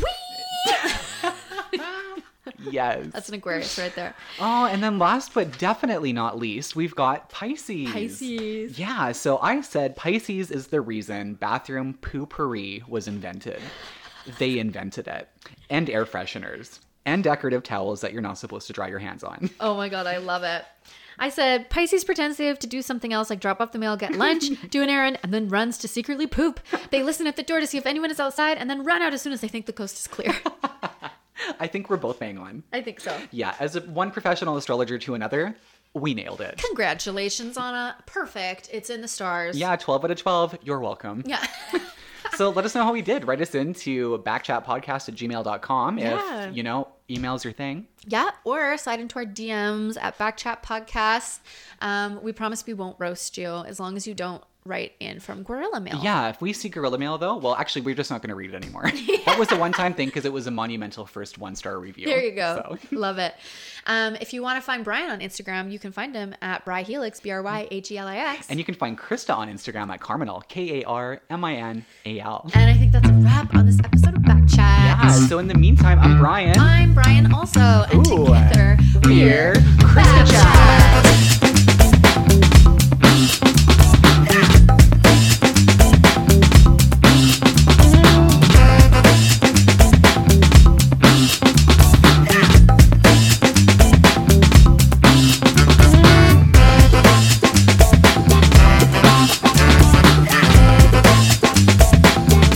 yes.
That's an Aquarius right there.
Oh, and then last but definitely not least, we've got Pisces.
Pisces.
Yeah, so I said Pisces is the reason bathroom poopery was invented. They invented it, and air fresheners, and decorative towels that you're not supposed to dry your hands on.
Oh my god, I love it. I said Pisces pretends they have to do something else like drop off the mail, get lunch, do an errand, and then runs to secretly poop. They listen at the door to see if anyone is outside and then run out as soon as they think the coast is clear.
I think we're both bang on.
I think so.
Yeah, as a, one professional astrologer to another, we nailed it.
Congratulations, Anna. Perfect. It's in the stars.
Yeah, 12 out of 12. You're welcome.
Yeah.
so let us know how we did. Write us into backchatpodcast at gmail.com if,
Yeah.
you know, email's your thing.
yeah. Or slide into our DMs at Backchat Podcast. Um, we promise we won't roast you as long as you don't write in from Gorilla Mail.
Yeah, if we see Gorilla Mail, though, well, actually, we're just not going to read it anymore. That was a one time thing because it was a monumental first one star review.
There you go.
So,
Love it. Um, if you want to find Brian on Instagram, you can find him at Bry Helix, B R Y H E L I X.
and you can find Krista on Instagram at Carminal, K A R M I N A L.
And I think that's a wrap on this episode of Backchat.
Yeah, so in the meantime, I'm Brian.
I'm Brian also, and
Ooh.
together
We're
Backchat.